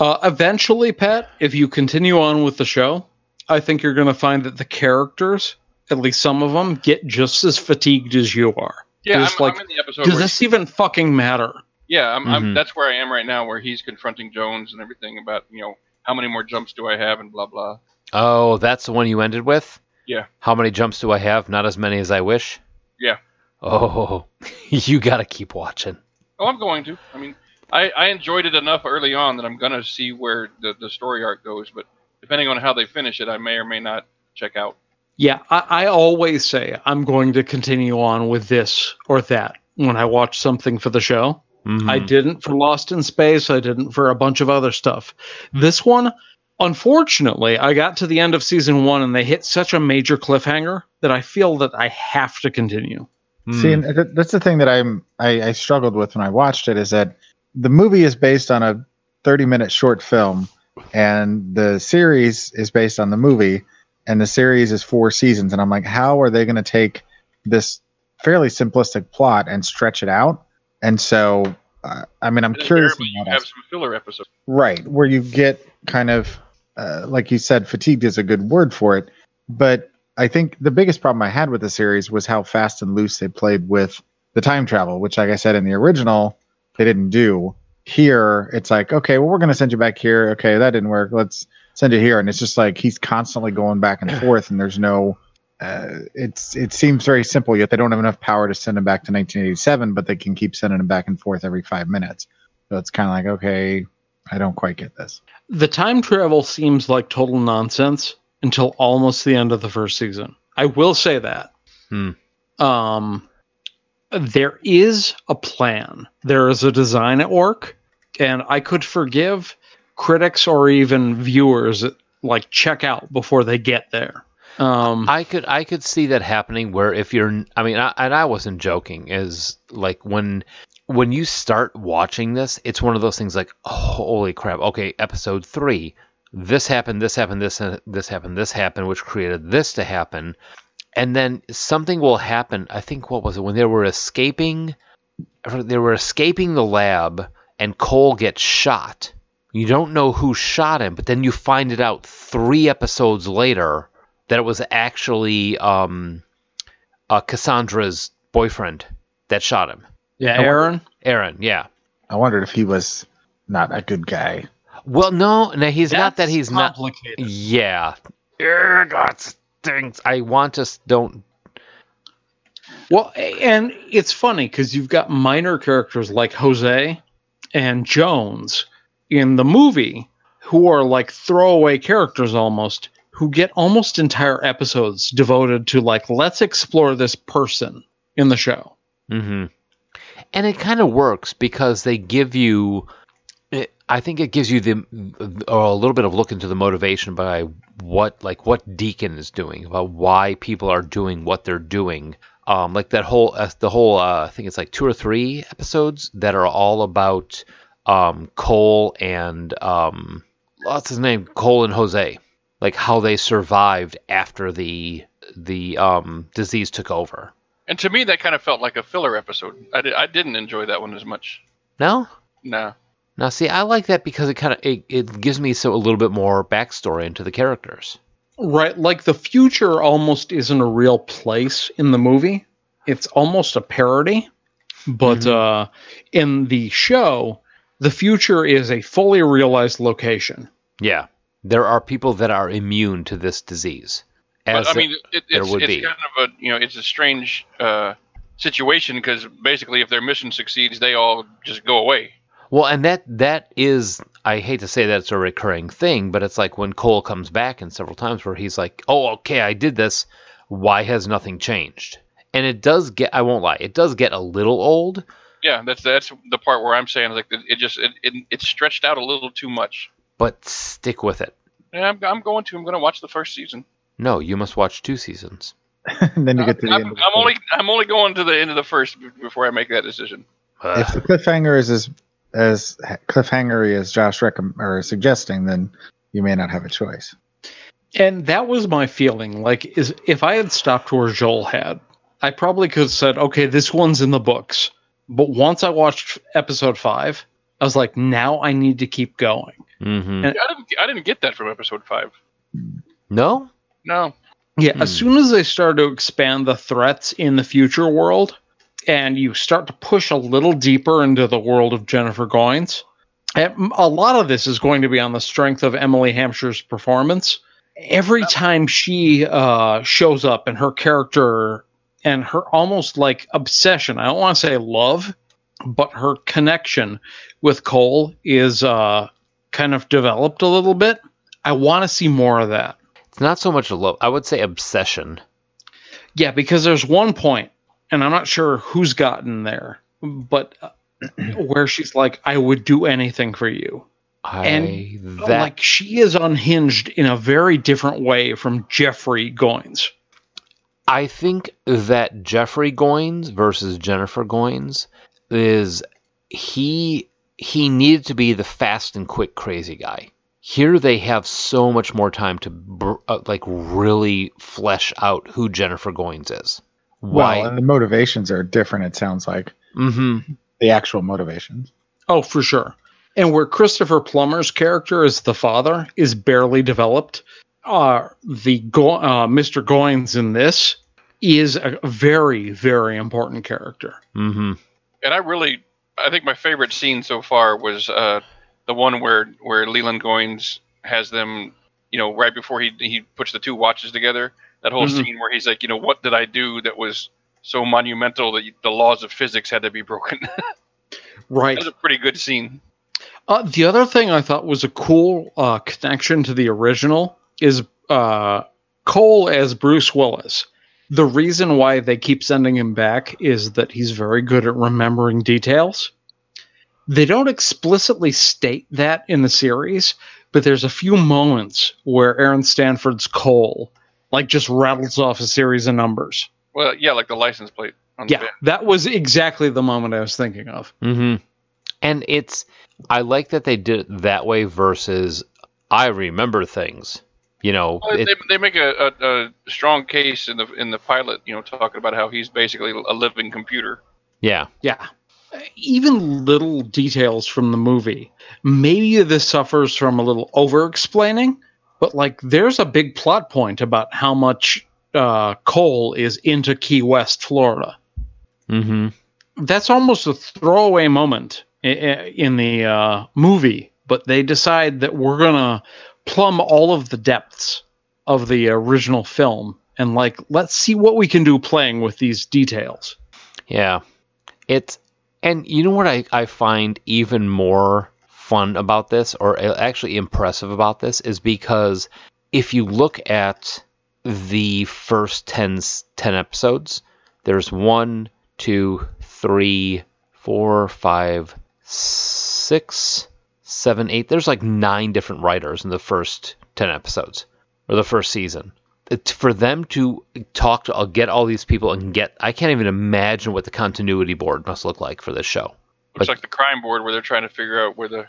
S5: Uh, eventually, Pat, if you continue on with the show, I think you're going to find that the characters, at least some of them, get just as fatigued as you are.
S7: yeah I'm,
S5: There's like,
S7: I'm in the episode
S5: does
S7: where
S5: this even fucking matter?
S7: Yeah, I'm,
S6: Mm-hmm.
S7: I'm,
S4: Mhm.
S7: that's where I am right now, where he's confronting Jones and everything about you know how many more jumps do I have and blah blah.
S4: Oh, that's the one you ended with?
S7: Yeah.
S4: How many jumps do I have? Not as many as I wish?
S7: Yeah.
S4: Oh, you got to keep watching.
S7: Oh, I'm going to. I mean, I, I enjoyed it enough early on that I'm gonna see where the, the story arc goes, but depending on how they finish it, I may or may not check out.
S5: Yeah, I, I always say I'm going to continue on with this or that when I watch something for the show. I
S4: Mhm.
S5: didn't for Lost in Space. I didn't for a bunch of other stuff. This one, unfortunately, I got to the end of season one and they hit such a major cliffhanger that I feel that I have to continue.
S4: Mm.
S6: See, and th- that's the thing that I'm I, I struggled with when I watched it is that the movie is based on a 30 minute short film, and the series is based on the movie, and the series is four seasons, and I'm like, how are they going to take this fairly simplistic plot and stretch it out? And so, uh, I mean, I'm
S7: And
S6: curious.
S7: invariably,
S6: in
S7: you
S6: that
S7: have some filler episodes.
S6: Right, where you get kind of, uh, like you said, fatigued is a good word for it. But I think the biggest problem I had with the series was how fast and loose they played with the time travel, which, like I said, in the original, they didn't do. Here, it's like, okay, well, we're going to send you back here. Okay, that didn't work. Let's send you here. And it's just like he's constantly going back and forth, and there's no. Uh, it's it seems very simple, yet they don't have enough power to send him back to 1987, but they can keep sending him back and forth every five minutes. So it's kind of like, okay, I don't quite get this.
S5: The time travel seems like total nonsense until almost the end of the first season. I will say that.
S4: Hmm.
S5: Um, there is a plan, there is a design at work, and I could forgive critics or even viewers that, like check out before they get there. Um,
S4: I could I could see that happening where if you're I mean I, and I wasn't joking is like when when you start watching this it's one of those things like oh, holy crap okay episode 3 this happened this happened this and this happened this happened which created this to happen and then something will happen I think what was it when they were escaping they were escaping the lab and Cole gets shot you don't know who shot him but then you find it out 3 episodes later that it was actually um, uh, Cassandra's boyfriend that shot him.
S5: yeah, Aaron.
S4: Aaron, yeah.
S6: I wondered if he was not a good guy.
S4: Well, no, no, he's not that
S5: that's
S4: he's not.
S5: complicated.
S4: Yeah. Yeah, God stinks. I want to don't.
S5: Well, a- and it's funny because you've got minor characters like Jose and Jones in the movie who are like throwaway characters almost, who get almost entire episodes devoted to like, let's explore this person in the show.
S4: hmm And it kind of works because they give you. It, I think it gives you the or a little bit of look into the motivation by what like what Deacon is doing about why people are doing what they're doing. um, like that whole uh, the whole uh, I think it's like two or three episodes that are all about um, Cole and um, what's his name Cole and Jose, like how they survived after the the um, disease took over.
S7: And to me, that kind of felt like a filler episode. I, di- I didn't enjoy that one as much.
S4: No,
S7: Nah.
S4: now see I like that because it kind of it, it gives me so a little bit more backstory into the characters.
S5: Right? Like the future almost isn't a real place in the movie, it's almost a parody. But uh, in the show, the future is a fully realized location.
S4: Yeah, there are people that are immune to this disease. As
S7: But, I
S4: the-
S7: mean, it,
S4: there
S7: it's,
S4: would
S7: it's
S4: be.
S7: kind of a you know it's a strange uh, situation because basically if their mission succeeds, they all just go away.
S4: Well, and that that is I hate to say that it's a recurring thing, but it's like when Cole comes back and several times where he's like, "Oh, okay, I did this. Why has nothing changed?" And it does get I won't lie, it does get a little old.
S7: Yeah, that's that's the part where I'm saying like it just it, it it's stretched out a little too much.
S4: But stick with it.
S7: Yeah, I'm, I'm going to I'm going to watch the first season.
S4: No, you must watch two seasons.
S6: and then you get to the
S7: I'm,
S6: end. of the
S7: I'm
S6: story.
S7: only I'm only going to the end of the first b- before I make that decision.
S4: Ugh.
S6: if the cliffhanger is as as cliffhangery as Josh recomm or suggesting, then you may not have a choice.
S5: And that was my feeling. Like, is if I had stopped where Joel had, I probably could have said, okay, this one's in the books. But once I watched episode five, I was like, now I need to keep going.
S4: Mm-hmm.
S7: I didn't. I didn't get that from episode five.
S4: No?
S7: No.
S5: Yeah, as soon as they started to expand the threats in the future world, and you start to push a little deeper into the world of Jennifer Goins, and a lot of this is going to be on the strength of Emily Hampshire's performance. Every time she uh, shows up and her character and her almost like obsession, I don't want to say love, but her connection with Cole is uh, kind of developed a little bit. I want to see more of that.
S4: It's not so much a love. I would say obsession.
S5: Yeah, because there's one point, and I'm not sure who's gotten there, but uh, where she's like, "I would do anything for you,"
S4: I,
S5: And,
S4: that
S5: like she is unhinged in a very different way from Jeffrey Goins.
S4: I think that Jeffrey Goins versus Jennifer Goins is he he needed to be the fast and quick crazy guy. Here they have so much more time to br- uh, like really flesh out who Jennifer Goins is. Why?
S6: Well, and the motivations are different. It sounds like
S4: mm-hmm.
S6: the actual motivations.
S5: Oh, for sure. And where Christopher Plummer's character as the father is barely developed, uh, the Go- uh, Mr. Goins in this is a very, very important character.
S4: Mm-hmm.
S7: And I really, I think my favorite scene so far was uh, the one where where Leland Goins has them, you know, right before he he puts the two watches together. That whole
S6: Mm-hmm.
S5: Mhm.
S7: scene where he's like, you know, what did I do that was so monumental that you, the laws of physics had to be broken? that
S5: Right.
S7: was a pretty good scene.
S5: Uh, the other thing I thought was a cool uh, connection to the original is uh, Cole as Bruce Willis. The reason why they keep sending him back is that he's very good at remembering details. They don't explicitly state that in the series, but there's a few moments where Aaron Stanford's Cole like just rattles off a series of numbers.
S7: Well, yeah, like the license plate. On
S5: Yeah,
S7: the van.
S5: that was exactly the moment I was thinking of.
S4: Mm-hmm. And it's I like that they did it that way versus I remember things. You know,
S7: Well,
S4: it-
S7: Oh, they, they make a, a, a strong case in the in the pilot, you know, talking about how he's basically a living computer.
S4: yeah.
S5: Yeah. Even little details from the movie. Maybe this suffers from a little over explaining, but like there's a big plot point about how much uh, coal is into Key West, Florida.
S4: Mm-hmm.
S5: That's almost a throwaway moment i- i- in the uh, movie, but they decide that we're going to plumb all of the depths of the original film and like let's see what we can do playing with these details.
S4: Yeah. It's and you know what I, I find even more fun about this or actually impressive about this is because if you look at the first 10, s- 10 episodes, there's one, two, three, four, five, six, seven, eight. There's like nine different writers in the first 10 episodes or the first season. It's for them to talk to, uh, get all these people and get, I can't even imagine what the continuity board must look like for this show.
S7: Looks
S4: Like-
S7: like the crime board where they're trying to figure out where the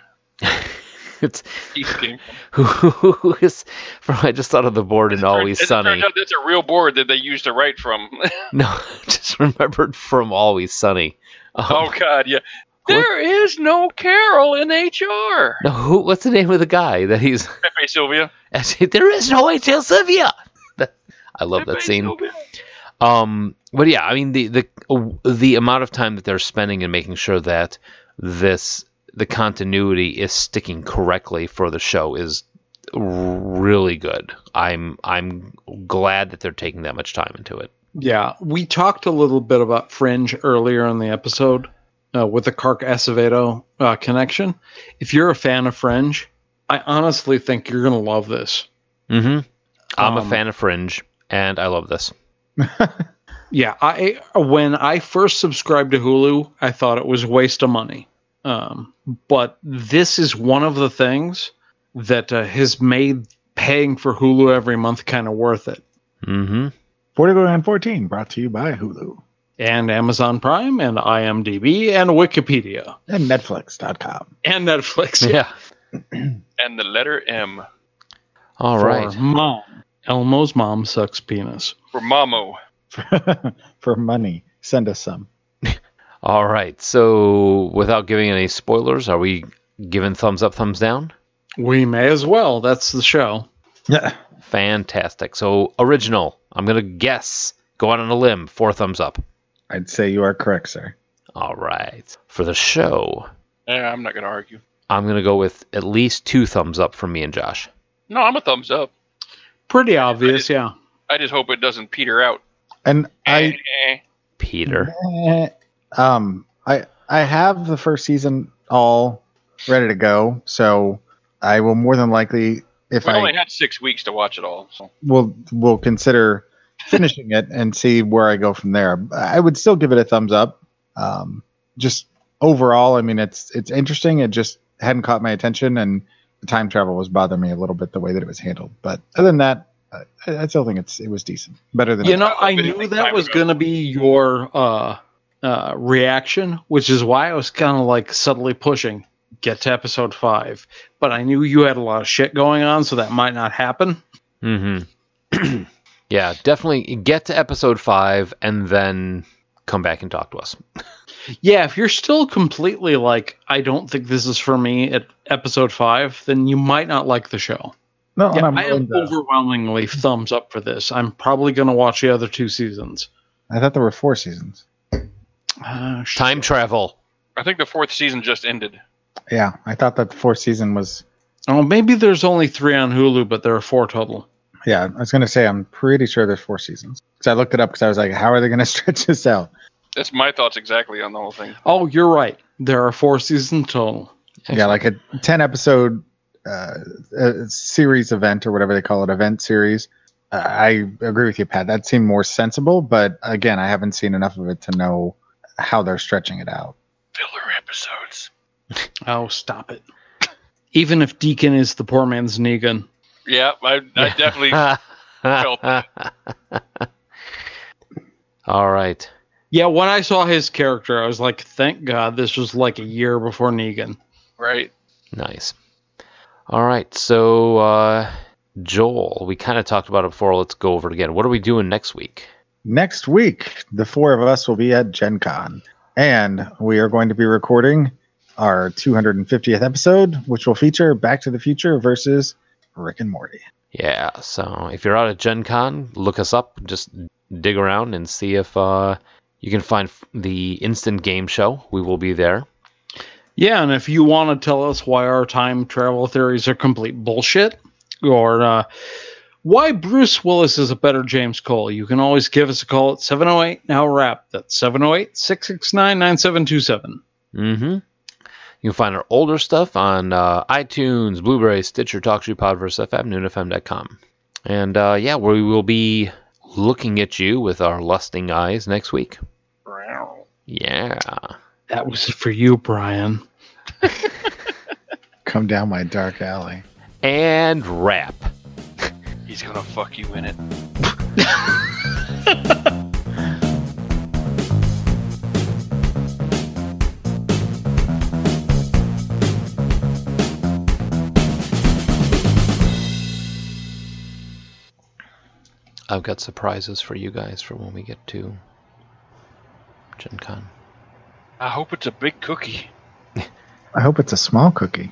S4: It's
S7: teeth came from.
S4: who is from, I just thought of the board in Always
S7: As it
S4: Sunny.
S7: turns out, that's a real board that they used to write from.
S4: No, just remembered from Always Sunny. Um,
S7: oh God, yeah.
S4: What?
S7: There is no Carol in HR.
S4: No, who, what's the name of the guy that he's?
S7: Pepe Sylvia.
S4: Actually, there is no HL Sylvia. That- I love that
S7: Pepe
S4: scene.
S7: Sylvia.
S4: Um, but yeah, I mean the the the amount of time that they're spending in making sure that this the continuity is sticking correctly for the show is really good. I'm I'm glad that they're taking that much time into it.
S5: Yeah, we talked a little bit about Fringe earlier in the episode uh, with the Kark Acevedo uh, connection. If you're a fan of Fringe, I honestly think you're going to love this.
S4: hmm I'm a
S5: Um,
S4: fan of Fringe, and I love this.
S5: Yeah, I when I first subscribed to Hulu, I thought it was a waste of money. Um, but this is one of the things that uh, has made paying for Hulu every month kind of worth it.
S4: hmm
S6: Portico and 14 brought to you by Hulu
S5: And Amazon Prime and IMDb and Wikipedia
S6: and Netflix.com.
S5: and Netflix.
S4: Yeah.
S7: And the letter M.
S4: All
S5: for
S4: right.
S5: mom. Elmo's mom sucks penis.
S7: For Mamo.
S6: for money. Send us some.
S4: All right. So, without giving any spoilers, are we giving thumbs up, thumbs down?
S5: We may as well. That's the show.
S6: Yeah.
S4: Fantastic. So, original. I'm going to guess, go out on a limb, four thumbs up.
S6: I'd say you are correct, sir.
S4: All right. For the show,
S7: Yeah, I'm not going to argue.
S4: I'm going to go with at least two thumbs up from me and Josh.
S7: No, I'm a thumbs up.
S5: Pretty obvious, yeah.
S7: I just hope it doesn't peter out.
S6: And I
S7: Eh.
S4: Peter.
S6: Eh, um I I have the first season all ready to go, so I will more than likely if
S7: We
S6: I
S7: only had six weeks to watch it all. So.
S6: will will consider finishing it and see where I go from there. I would still give it a thumbs up. Um, just overall, I mean, it's it's interesting. It just hadn't caught my attention, and the time travel was bothering me a little bit the way that it was handled. But other than that, I, I still think it's it was decent, better than
S5: You know, I
S7: But
S5: knew
S7: it's
S5: that
S7: time
S5: was
S7: ago.
S5: going to be your uh, uh, reaction, which is why I was kind of like subtly pushing get to episode five. But I knew you had a lot of shit going on, so that might not happen.
S4: Mm-hmm. yeah, definitely get to episode five and then come back and talk to us.
S5: Yeah, if you're still completely like, I don't think this is for me at episode five, then you might not like the show.
S6: no, and
S5: Yeah,
S6: I'm uh,
S5: I am
S6: willing to-
S5: overwhelmingly thumbs up for this. I'm probably going to watch the other two seasons.
S6: I thought there were four seasons.
S5: Uh, sh-
S4: Time travel.
S7: I think the fourth season just ended.
S6: Yeah, I thought that the fourth season was.
S5: oh, maybe there's only three on Hulu, but there are four total.
S6: Yeah, I was gonna say I'm pretty sure there's four seasons. So I looked it up because I was like, how are they gonna stretch this out?
S7: That's my thoughts exactly on the whole thing.
S5: Oh, you're right. There are four seasons total.
S6: yeah like a 10 episode uh, uh series event or whatever they call it event series uh, i agree with you pat that seemed more sensible but again i haven't seen enough of it to know how they're stretching it out
S7: Filler episodes.
S5: Oh, stop it. Even if Deacon is the poor man's Negan.
S7: Yeah, I, I definitely. felt
S4: All right.
S5: Yeah, when I saw his character, I was like, thank God this was like a year before Negan.
S7: right.
S4: Nice. All right. So, uh, Joel, we kind of talked about it before. Let's go over it again. What are we doing next week?
S6: next week the four of us will be at gen con and we are going to be recording our 250th episode which will feature back to the future versus rick and morty
S4: Yeah. So, if you're out at Gen Con, look us up. Just dig around and see if uh, you can find f- the instant game show. We will be there.
S5: Yeah, and if you want to tell us why our time travel theories are complete bullshit, or uh, why Bruce Willis is a better James Cole, you can always give us a call at 708 Now Rap. That's 708 669 9727.
S4: Mm-hmm. You can find our older stuff on uh, iTunes, Blueberry, Stitcher, TalkShoe, Podverse FM, noonfm.com. And uh, yeah, we will be looking at you with our lusting eyes next week. Yeah.
S5: That was for you, Brian.
S6: come down my dark alley
S4: And wrap.
S7: He's going to fuck you in it.
S4: I've got surprises for you guys for when we get to Gen Con.
S7: I hope it's a big cookie.
S6: i hope it's a small cookie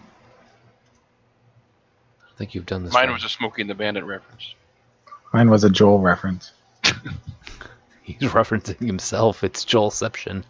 S4: I think you've done this.
S7: Mine
S4: one.
S7: was a Smokey and the Bandit reference.
S6: mine was a joel reference
S4: He's referencing himself. It's Joelception.